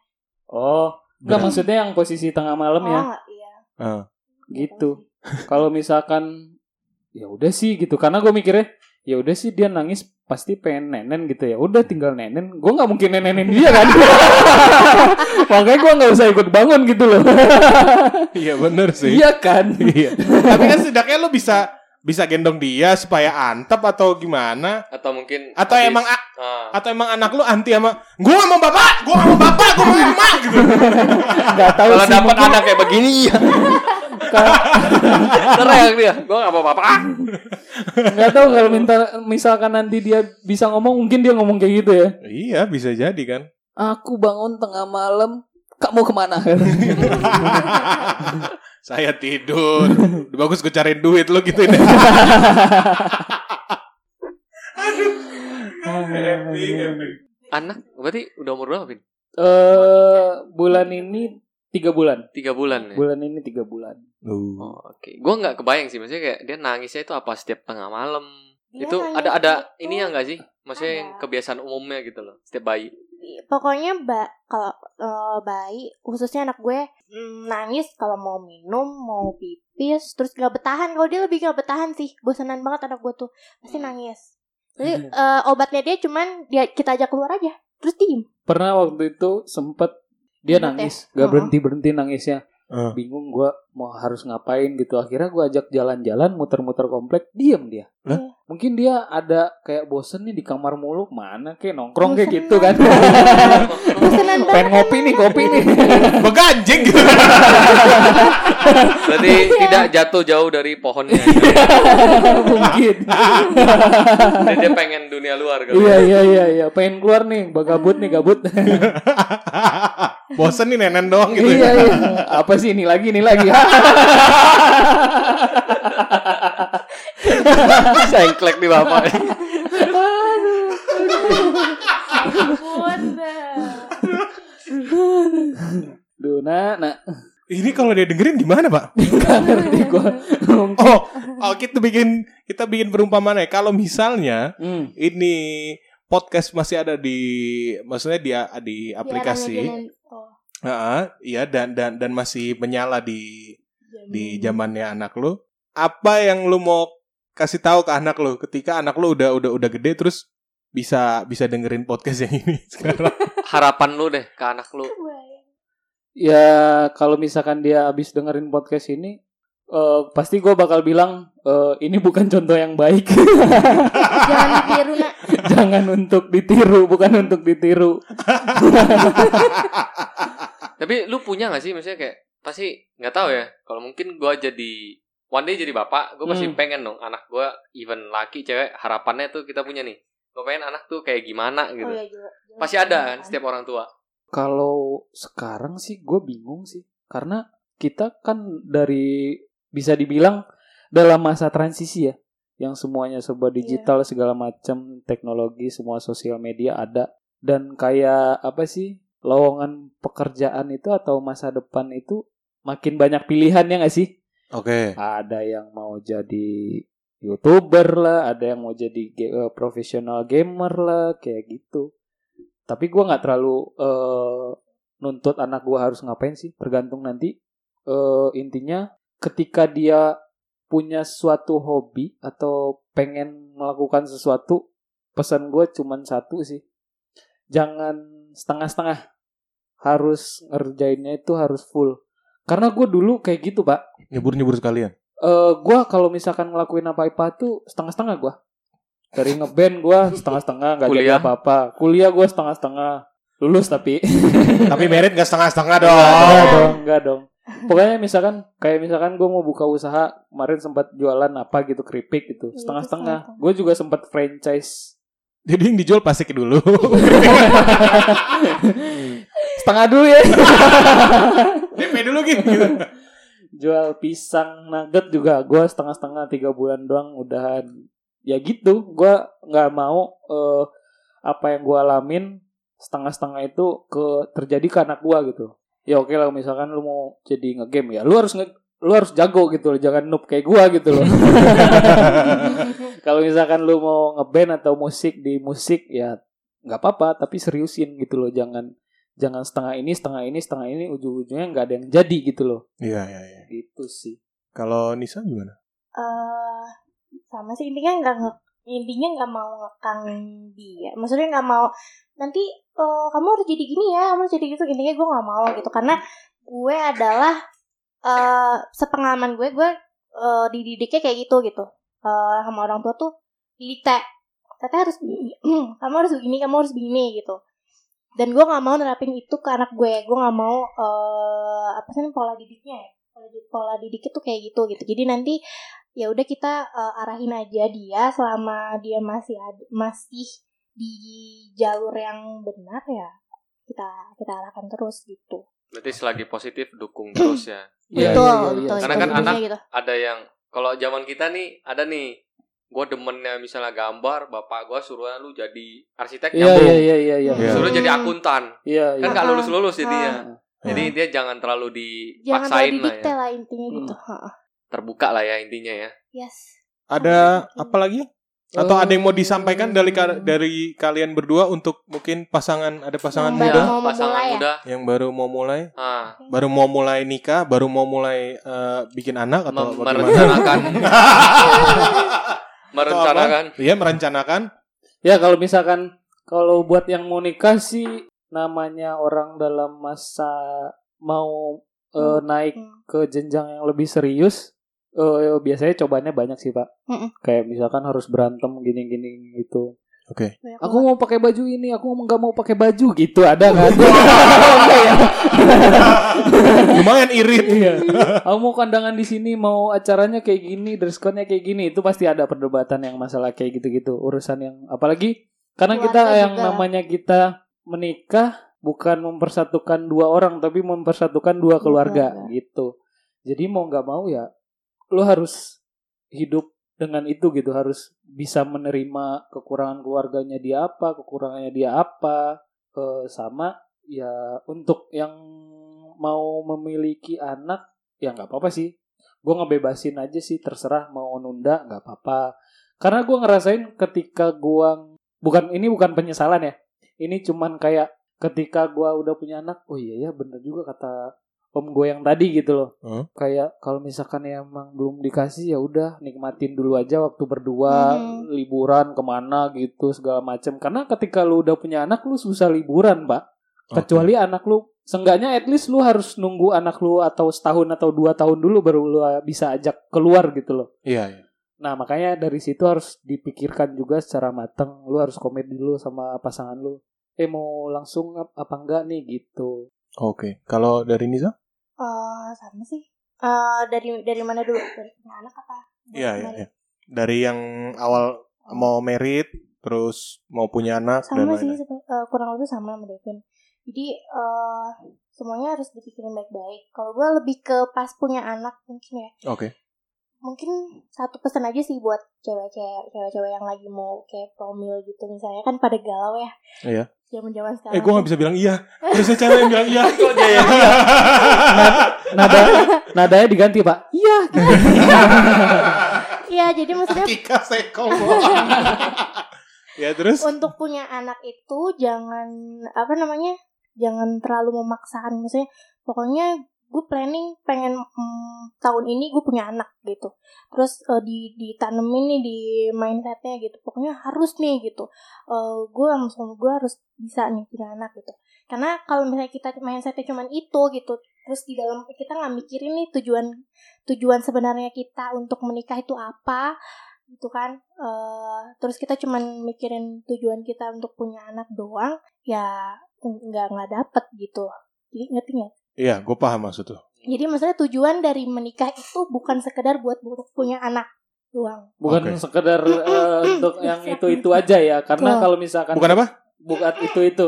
S3: oh nggak maksudnya yang posisi tengah malam ya
S4: Oh, iya.
S1: Ah.
S3: gitu kalau misalkan ya udah sih gitu karena gue mikirnya ya udah sih dia nangis pasti pengen nenen gitu ya udah tinggal nenen gue nggak mungkin nenenin dia kan makanya gue nggak usah ikut bangun gitu loh
S1: Iya bener sih.
S3: iya kan
S1: Iya. Tapi kan setidaknya lu bisa bisa gendong dia supaya antep atau gimana?
S2: atau mungkin
S1: Atau
S2: habis-
S1: emang a-
S2: Ah.
S1: atau emang anak lu anti sama gua gak mau bapak, gua gak mau bapak, gua gak mau emak gitu.
S3: nggak tahu
S2: kalau
S3: sih
S2: dapat
S3: mungkin
S2: anak kayak begini ya teriak dia gue gak apa-apa ah.
S3: nggak tahu kalau minta misalkan nanti dia bisa ngomong mungkin dia ngomong kayak gitu ya
S1: iya bisa jadi kan.
S3: aku bangun tengah malam kak mau kemana
S1: Saya tidur. Bagus gue cariin duit lo gitu ini.
S2: anak berarti udah umur berapa pin
S3: eh bulan ini tiga bulan
S2: tiga bulan ya
S3: bulan ini tiga bulan
S2: Oh, oke gue nggak kebayang sih maksudnya kayak dia nangisnya itu apa setiap tengah malam
S4: Dia
S2: itu
S4: nangis
S2: ada ada
S4: Iya, itu.
S2: ini ya nggak sih maksudnya yang
S4: Ada.
S2: kebiasaan umumnya gitu loh setiap bayi
S4: Iya, pokoknya ba kalau eh, bayi khususnya anak gue mm, nangis kalau mau minum mau pipis terus gak bertahan kalau dia lebih gak bertahan sih bosanan banget anak gue tuh pasti
S3: Hmm.
S4: nangis jadi
S3: Iya.
S4: eh, obatnya dia cuman dia kita ajak keluar aja terus diem
S3: pernah waktu itu sempet dia
S4: Sempet
S3: nangis
S4: ya?
S3: nggak
S4: Oh.
S3: berhenti berhenti nangisnya
S1: Eh.
S3: bingung gue mau harus ngapain gitu akhirnya gue ajak jalan-jalan muter-muter komplek diem dia Iya.
S1: Lah?
S3: mungkin dia ada kayak bosen nih di kamar mulu mana kayak nongkrong kayak
S4: Bosen
S3: gitu kan
S4: bosanan
S3: pengen
S4: banget
S3: ngopi nih kopi nih
S1: Beganjing gitu.
S2: berarti tidak jatuh jauh dari pohonnya gitu.
S3: mungkin
S2: Jadi dia pengen dunia luar kali
S3: iya iya iya iya pengen keluar nih bagabut nih gabut
S1: Bosen nih nenen doang gitu.
S4: ya?
S3: iya iya apa sih ini lagi ini lagi
S2: sengklek di bapak
S4: Ampun, Mbak.
S3: Duh, nak, nak.
S1: Ini kalau dia dengerin gimana pak?
S3: Nggak ngerti gue.
S1: Oh, oh kita bikin kita bikin perumpamaan ya. Kalau misalnya
S3: Hmm.
S1: ini podcast masih ada di maksudnya dia di
S3: Iya,
S4: Biar
S1: aplikasi,
S4: anak dia- oh,
S1: Heeh, iya dan dan dan masih menyala di
S4: jamin.
S1: di zamannya anak lu apa yang lu mau kasih tahu ke anak lu ketika anak lu udah udah udah gede terus bisa bisa dengerin podcast yang ini sekarang
S2: harapan lu deh ke anak lu
S4: Kebayang.
S3: Ya, kalau misalkan dia habis dengerin podcast ini, eh, pasti gue bakal bilang eh, ini bukan contoh yang baik.
S4: jangan ditiru nak
S3: Jangan untuk ditiru, bukan untuk ditiru.
S2: tapi lu punya gak sih maksudnya kayak pasti nggak tahu ya kalau mungkin gua jadi one day jadi bapak gue pasti
S3: Hmm.
S2: pengen dong anak gua even laki cewek harapannya tuh kita punya nih gue pengen anak tuh kayak gimana gitu
S4: oh iya juga Jangan
S2: pasti ada kan
S4: ditiru.
S2: setiap orang tua
S3: Kalau sekarang sih gue bingung sih, karena kita kan dari bisa dibilang dalam masa transisi ya, yang semuanya serba digital segala macam teknologi semua sosial media ada dan kayak apa sih lowongan pekerjaan itu atau masa depan itu makin banyak pilihan ya nggak sih?
S1: oke
S3: ada yang mau jadi youtuber lah, ada yang mau jadi ge- eh, profesional gamer lah, kayak gitu. Tapi gua nggak terlalu eh, nuntut anak gua harus ngapain sih, tergantung nanti. Eh, intinya ketika dia punya suatu hobi atau pengen melakukan sesuatu, pesan gue cuman satu sih, jangan setengah-setengah, harus ngerjainnya itu harus full. Karena gue dulu kayak gitu pak,
S1: nyebur nyebur sekalian
S3: eh gue kalau misalkan ngelakuin apa-apa tuh setengah-setengah gua dari ngeband gua setengah-setengah nggak jadi
S2: Kuliah?
S3: apa-apa kuliah gua setengah-setengah lulus tapi
S1: tapi merit nggak setengah setengah
S3: enggak
S1: dong
S3: dong enggak dong pokoknya misalkan kayak misalkan gua mau buka usaha kemarin sempat jualan apa gitu keripik gitu
S4: Iya,
S3: setengah-setengah
S4: setengah-setengah.
S3: gue juga sempat franchise
S1: jadi yang dijual plastik dulu
S3: setengah dulu ya
S1: dp dulu gitu
S3: jual pisang nugget juga gua setengah-setengah tiga bulan doang udahan ya gitu gua nggak mau eh, apa yang gua alamin setengah-setengah itu ke terjadi ke anak gua gitu ya oke lah misalkan lu mau jadi ngegame ya lu harus nge lu harus jago gitu loh jangan noob kayak gua gitu loh kalau misalkan lu mau ngeband atau musik di musik ya nggak apa-apa tapi seriusin gitu loh jangan jangan setengah ini setengah ini setengah ini ujung-ujungnya nggak ada yang jadi gitu loh
S1: iya iya iya
S3: gitu sih
S1: kalau Nisa gimana
S4: eh sama sih intinya nggak nge- intinya nggak mau ngekang dia maksudnya nggak mau nanti eh, kamu harus jadi gini ya kamu harus jadi gitu intinya gue nggak mau gitu karena gue adalah eh sepengalaman gue gue eh, dididiknya kayak gitu gitu Eh, sama orang tua tuh didik teh teteh harus begini, kamu harus begini kamu harus begini gitu dan gue nggak mau nerapin itu ke anak gue gue nggak mau eh apa sih pola didiknya ya pola, di- pola didik itu kayak gitu gitu jadi nanti ya udah kita eh, arahin aja dia selama dia masih ad- masih di jalur yang benar ya kita kita arahkan terus gitu
S2: Berarti selagi positif dukung terus ya.
S3: Iya,
S4: betul
S3: iya, iya,
S4: betul
S3: iya.
S2: Karena kan
S4: setuju
S2: anak-
S4: gitu.
S2: Ada yang kalau zaman kita nih ada nih gue demennya misalnya gambar bapak gue suruh lu jadi arsitek
S3: Iya,
S2: nyambung
S3: iya, iya, iya, iya.
S1: Iya.
S2: suruh
S4: Hmm.
S2: jadi akuntan
S3: Iya,
S2: kan
S3: iya.
S2: nggak
S4: Ah,
S2: lulus lulus
S4: ah.
S2: jadinya jadi
S1: Iya.
S2: dia jangan terlalu
S4: jangan terlalu
S2: dipaksain lah
S4: didikte
S2: ya
S4: lah intinya
S3: Hmm.
S4: gitu Ha-ha.
S2: terbuka lah ya intinya ya
S4: yes
S1: Ada apa lagi? Atau ada yang mau disampaikan dari ka-
S3: Eh,
S1: dari kalian berdua untuk mungkin pasangan ada pasangan
S4: Yang baru
S1: muda
S4: mau
S2: pasangan
S4: memulai ya?
S2: muda
S1: yang baru mau mulai,
S2: ah,
S1: baru mau mulai nikah, baru mau mulai eh, bikin anak atau bagaimana?
S2: merencanakan
S1: Atau apa?
S2: merencanakan
S1: Iya, merencanakan.
S3: Ya kalau misalkan kalau buat yang mau nikah sih namanya orang dalam masa mau eh,
S4: Hmm.
S3: naik
S4: Hmm.
S3: ke jenjang yang lebih serius eh, biasanya cobaannya banyak sih pak.
S4: Mm-mm.
S3: Kayak misalkan harus berantem gini-gini gitu.
S1: Oke.
S4: Banyak
S3: Aku mau pakai baju ini, aku nggak mau pakai baju gitu ada kan? Oke ya.
S1: Lumayan irit.
S3: Iya. Aku mau kandangan di sini, mau acaranya kayak gini, dress code-nya kayak gini, itu pasti ada perdebatan yang masalah kayak gitu-gitu. Urusan yang apalagi karena kita
S4: Keluarga
S3: yang
S4: juga.
S3: namanya kita menikah bukan mempersatukan dua orang tapi mempersatukan dua keluarga
S4: Keluarga.
S3: gitu. Jadi mau nggak mau ya lo harus hidup dengan itu gitu harus bisa menerima kekurangan keluarganya dia apa kekurangannya dia apa Eh, sama ya untuk yang mau memiliki anak ya nggak apa-apa sih gue ngebebasin aja sih terserah mau nunda nggak apa-apa karena gue ngerasain ketika gue bukan ini bukan penyesalan ya ini cuman kayak ketika gue udah punya anak oh iya ya bener juga kata om gue yang tadi gitu loh
S1: Hmm.
S3: kayak kalau misalkan emang belum dikasih ya udah nikmatin dulu aja waktu berdua
S4: Mhm.
S3: liburan kemana gitu segala macem karena ketika lu udah punya anak lu susah liburan pak kecuali anak lu seenggaknya at least lu harus nunggu anak lu atau setahun atau dua tahun dulu baru lu eh, bisa ajak keluar gitu loh
S1: Oke. Iya, iya.
S3: nah makanya dari situ harus dipikirkan juga secara matang lu harus komit dulu sama pasangan lu eh mau langsung ap- apa enggak nih gitu
S1: Oke. Kalau dari Niza?
S4: Eh, sama sih Eh, dari dari mana dulu dari punya anak apa
S1: Iya, iya, iya. Dari yang awal mau merit, terus mau punya anak dan
S4: sama sih
S1: lain-lain.
S4: sebe- eh, kurang lebih sama sama Devin jadi eh, semuanya harus dipikirin baik-baik kalau gue lebih ke pas punya anak mungkin ya
S1: Oke.
S4: mungkin satu pesan aja sih buat cewek-cewek cewek-cewek yang lagi mau kayak promil gitu misalnya kan pada galau ya
S1: Iya.
S4: zaman-zaman sekarang
S1: Eh, gue nggak bisa bilang iya. Terusnya cewek yang bilang iya.
S2: Kok dia yang
S3: nada nadanya diganti pak iya gitu.
S4: iya jadi maksudnya
S1: Kika sekol. ya terus?
S4: untuk punya anak itu jangan apa namanya jangan terlalu memaksakan maksudnya pokoknya gue planning pengen mm, tahun ini gue punya anak gitu terus eh, di ditanemin nih di mindsetnya gitu pokoknya harus nih gitu Eh, gue sama suami gue harus bisa nih punya anak gitu karena kalau misalnya kita mindsetnya cuman itu gitu terus di dalam kita nggak mikirin nih tujuan tujuan sebenarnya kita untuk menikah itu apa gitu kan eh terus kita cuman mikirin tujuan kita untuk punya anak doang ya nggak nggak dapet gitu jadi ngerti nggak
S1: Iya, gue paham maksud tuh.
S4: jadi maksudnya tujuan dari menikah itu bukan sekedar buat bu- punya anak doang
S3: bukan
S1: Oke.
S3: sekedar eh, untuk yang itu itu aja ya karena
S4: Betul.
S3: kalau misalkan
S1: Bukan apa?
S3: bukan itu itu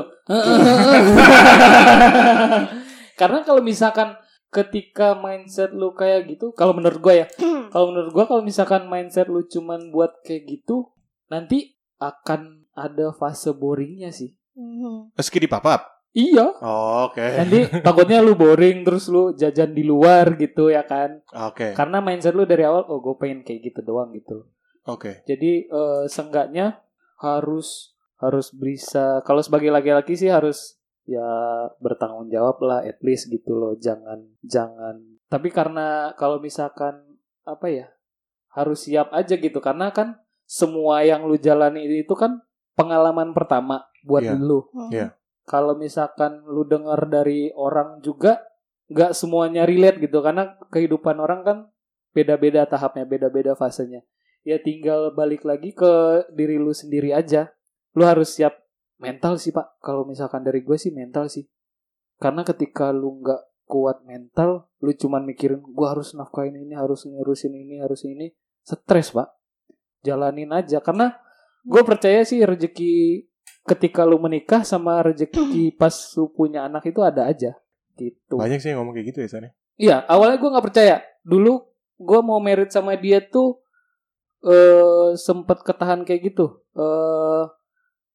S3: karena kalau misalkan ketika mindset lu kayak gitu kalau menurut gue ya
S4: Mhm.
S3: kalau menurut gue kalau misalkan mindset lu cuman buat kayak gitu nanti akan ada fase boringnya sih
S4: Mhm.
S1: Meski di papap.
S3: iya
S1: Oke.
S3: nanti takutnya lu boring terus lu jajan di luar gitu ya kan
S1: Oke.
S3: karena mindset lu dari awal oh gue pengen kayak gitu doang gitu
S1: Oke.
S3: Jadi eh, seenggaknya harus harus bisa kalau sebagai laki-laki sih harus ya bertanggung jawab lah at least gitu loh jangan jangan tapi karena kalau misalkan apa ya harus siap aja gitu karena kan semua yang lu jalani itu kan pengalaman pertama buat
S1: Iya.
S3: lu.
S4: Hmm.
S1: Iya.
S3: Kalau misalkan lu dengar dari orang juga nggak semuanya relate gitu karena kehidupan orang kan beda-beda tahapnya, beda-beda fasenya. Ya tinggal balik lagi ke diri lu sendiri aja. Lu harus siap mental sih, Pak. Kalau misalkan dari gue sih mental sih. Karena ketika lu nggak kuat mental, lu cuman mikirin gue harus nafkahin ini, harus ngurusin ini, harus ini, stres, Pak. Jalanin aja karena gue percaya sih rezeki ketika lu menikah sama rezeki pas lu punya anak itu ada aja gitu
S1: Banyak sih yang ngomong kayak gitu ya sana.
S3: iya awalnya gue nggak percaya dulu gue mau married sama dia tuh eh sempet ketahan kayak gitu eh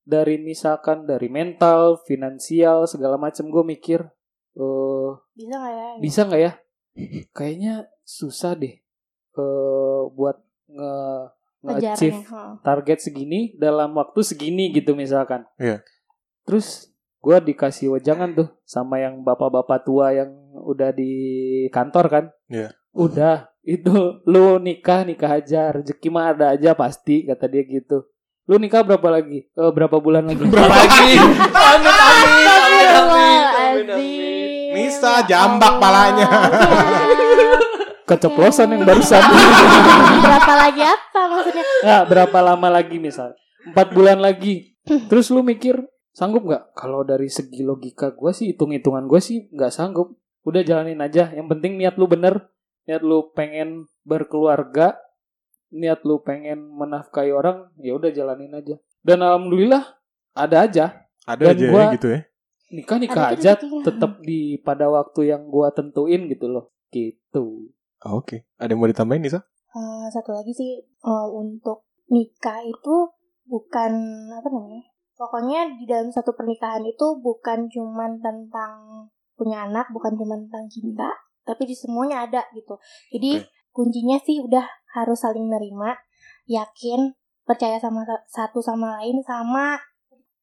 S3: dari misalkan dari mental finansial segala macem gue mikir eh
S4: Bisa nggak ya?
S3: bisa nggak ya kayaknya susah deh eh buat nge
S4: Ngejarnya.
S3: nge-achieve
S4: Hmm.
S3: target segini dalam waktu segini gitu misalkan.
S1: Iya.
S3: Terus gua dikasih wejangan tuh sama yang bapak-bapak tua yang udah di kantor kan.
S1: Iya.
S3: Udah itu lu nikah nikah aja rezeki mah ada aja pasti kata dia gitu. Lu nikah berapa lagi? Eh, berapa bulan lagi?
S2: Berapa
S1: ya.
S2: lagi? Amin amin amin amin amin amin.
S4: Astagfirullahaladzim.
S1: Nisa,
S4: Ya
S1: jambak
S4: Allah.
S1: palanya.
S3: Keceplosan yang barusan.
S4: Ya. Berapa lagi apa maksudnya?
S3: Nggak, berapa lama lagi misal? Empat bulan lagi. Terus lu mikir, sanggup nggak? Kalau dari segi logika gue sih, hitung-hitungan gue sih nggak sanggup. Udah jalanin aja. Yang penting niat lu bener. Niat lu pengen berkeluarga. Niat lu pengen menafkahi orang. Ya udah jalanin aja. Dan alhamdulillah ada aja.
S1: Ada
S3: Dan
S1: aja ya
S3: gua-
S1: gitu ya.
S3: Nikah nikah
S4: Ada gitu ya.
S3: aja.
S4: aja rezekinya.
S3: Tetap di pada waktu yang gua tentuin gitu loh. Gitu.
S1: Ah, Oke. Ada yang mau ditambahin Nisa?
S4: Eh, satu lagi sih eh, untuk nikah itu bukan apa namanya pokoknya di dalam satu pernikahan itu bukan cuman tentang punya anak bukan cuman tentang cinta tapi di semuanya ada gitu jadi kuncinya sih udah harus saling nerima yakin percaya sama sa- satu sama lain sama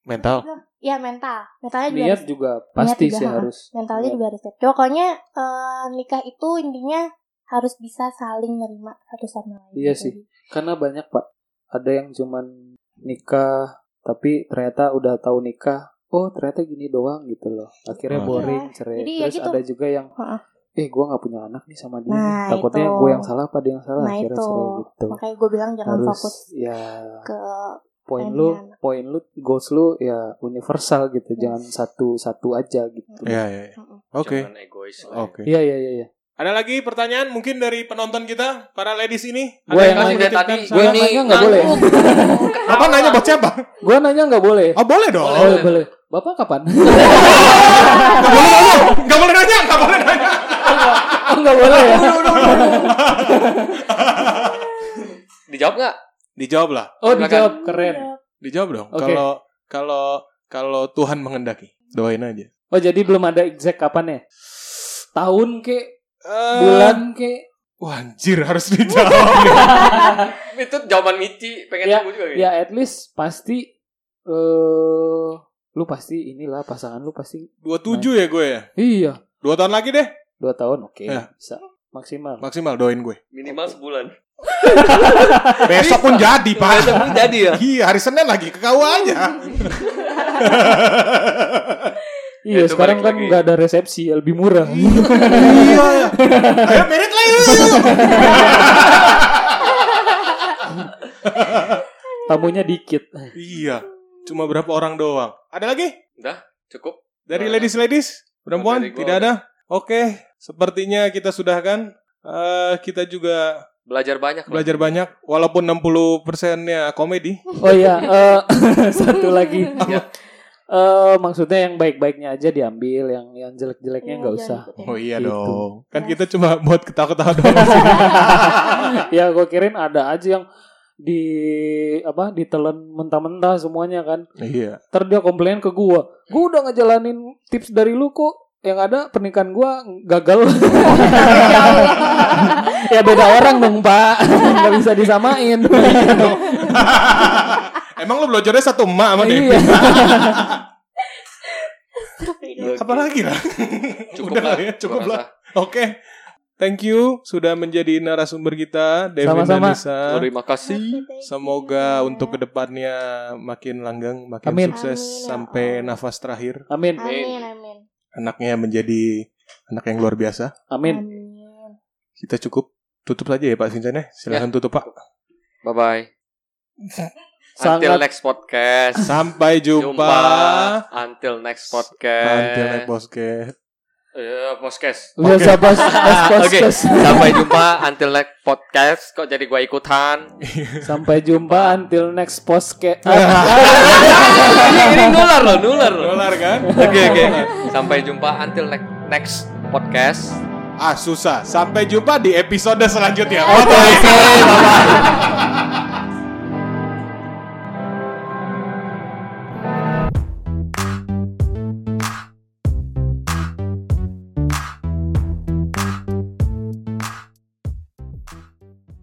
S1: Mental.
S4: ya mental mentalnya juga
S3: Niat
S4: harus-
S3: juga Iya. pasti
S4: juga,
S3: sih
S4: ha.
S3: harus.
S4: mentalnya juga harus siap pokoknya eh, nikah itu intinya harus bisa saling nerima satu sama lain gitu.
S3: Iya sih. Karena banyak pak, ada yang cuman nikah tapi ternyata udah tahu nikah, oh ternyata gini doang gitu loh. Akhirnya
S1: Oke.
S3: boring cerai.
S4: Jadi ya
S3: Terus
S4: gitu.
S3: ada juga yang,
S4: Heeh.
S3: eh gue nggak punya anak nih sama dia, nih.
S4: Nah,
S3: takutnya
S4: itu.
S3: gue yang salah, apa dia yang salah,
S4: Nah,
S3: akhirnya
S4: itu.
S3: cerai gitu.
S4: makanya gue bilang jangan
S3: Harus
S4: fokus
S3: ya
S4: ke
S3: poin
S4: pengen
S3: lu,
S4: punya anak.
S3: poin lu, goals lu ya universal gitu,
S4: Yes.
S3: jangan satu-satu aja gitu.
S1: Iya, iya. iya.
S4: Mm-mm.
S1: Oke.
S2: Jangan egois. lah.
S1: Oke.
S3: Iya iya iya. iya.
S1: Ada lagi pertanyaan mungkin dari penonton kita, para ladies ini? Ada
S3: Gua yang
S1: mau
S2: Kan dari
S1: dititipkan
S2: tadi
S1: salam?
S3: gua yang nanya nggak boleh.
S1: Apa nanya buat siapa?
S3: Gue nanya nggak boleh.
S1: Oh boleh dong.
S3: Oh, boleh, boleh. Bapak kapan?
S1: Nggak boleh nanya. Nggak boleh nanya. Nggak boleh nanya.
S3: oh, nggak boleh ya.
S2: Dijawab nggak?
S1: Dijawab lah.
S3: Oh
S2: Silakan.
S3: dijawab keren.
S4: Iya,
S1: Dijawab dong.
S3: Oke.
S1: Kalau kalau kalau Tuhan menghendaki, doain aja.
S3: Oh jadi belum ada exact kapan ya? Tahun ke,
S1: Eh,
S3: bulan ke,
S1: Wah, anjir harus dijawab. nih.
S2: Itu jawaban Michi pengen
S3: Ya,
S2: tahu juga gitu.
S3: ya at least pasti eh lu pasti inilah pasangan lu pasti
S1: 27 ya gue ya.
S3: iya
S1: Dua tahun lagi deh.
S3: dua tahun oke
S1: Ya.
S3: bisa maksimal.
S1: Maksimal doain gue.
S2: Minimal sebulan.
S1: Besok pun jadi, Pak.
S2: Besok pun jadi ya?
S1: Iya, hari Senin lagi ke KUA aja. Ya,
S3: Iya
S2: itu
S3: sekarang
S2: balik
S3: kan
S2: lagi.
S3: nggak ada resepsi lebih murah.
S1: iya. Ayo merit lah. yuk.
S3: Tamunya dikit.
S1: iya. Cuma berapa orang doang. Ada lagi?
S2: Cukup.
S1: Dari
S2: Nah.
S1: ladies-ladies? Perempuan?
S2: Dari gua
S1: Tidak ada? Oke. Sepertinya kita sudahkan. Eh kita juga
S2: Belajar banyak. lah.
S1: belajar banyak. Walaupun 60 persennya komedi.
S3: Oh iya eh, satu lagi.
S2: Ya.
S3: Eh, maksudnya yang baik-baiknya aja diambil, yang yang jelek-jeleknya
S4: Iya,
S3: nggak
S4: jangan
S3: usah.
S4: ikutin.
S1: Oh iya
S3: Gitu.
S1: dong. Kan
S4: Ya.
S1: kita cuma buat ketawa-ketawa doang.
S3: ya gue kirain ada aja yang di apa ditelan mentah-mentah semuanya kan
S1: iya.
S3: ntar dia komplain ke gue gue udah ngejalanin tips dari lu kok yang ada pernikahan gue gagal ya beda orang dong pak nggak bisa disamain
S1: Emang lo belajarnya satu emak sama Devi?
S3: iya
S2: Oke.
S1: Apalagi lah.
S2: Cukup
S1: Udah
S2: lah.
S1: ya, Iya. cukup
S2: gua
S1: lah.
S2: rasa.
S1: Oke. Thank you sudah menjadi narasumber kita, Devin
S3: Sama-sama.
S1: Danisa.
S2: Terima kasih.
S1: Semoga untuk kedepannya makin langgang, makin
S3: Amin.
S1: sukses
S4: Amin, ya
S1: sampai
S4: Allah.
S1: nafas terakhir.
S3: Amin.
S4: Amin, amin.
S1: Anaknya menjadi anak yang luar biasa.
S3: Amin.
S4: Amin.
S1: Kita cukup tutup saja ya Pak Sincen ya. Silahkan tutup Pak.
S2: Bye bye. Until
S3: Sangat
S2: next podcast.
S1: Sampai jumpa.
S2: Until next
S1: Until next
S2: podcast.
S1: podcast.
S2: Eh, podcast.
S3: biasa bos. bos- bos-
S2: Oke.
S3: bos.
S2: Sampai jumpa until next podcast. Kok jadi gua ikutan?
S3: Sampai jumpa until next podcast.
S2: ini, ini nular loh, nular. loh.
S1: Dolar kan?
S2: Oke oke. oke. Sampai jumpa until ne- next podcast.
S1: Ah susah. Sampai jumpa di episode selanjutnya.
S2: Oke, bye-bye.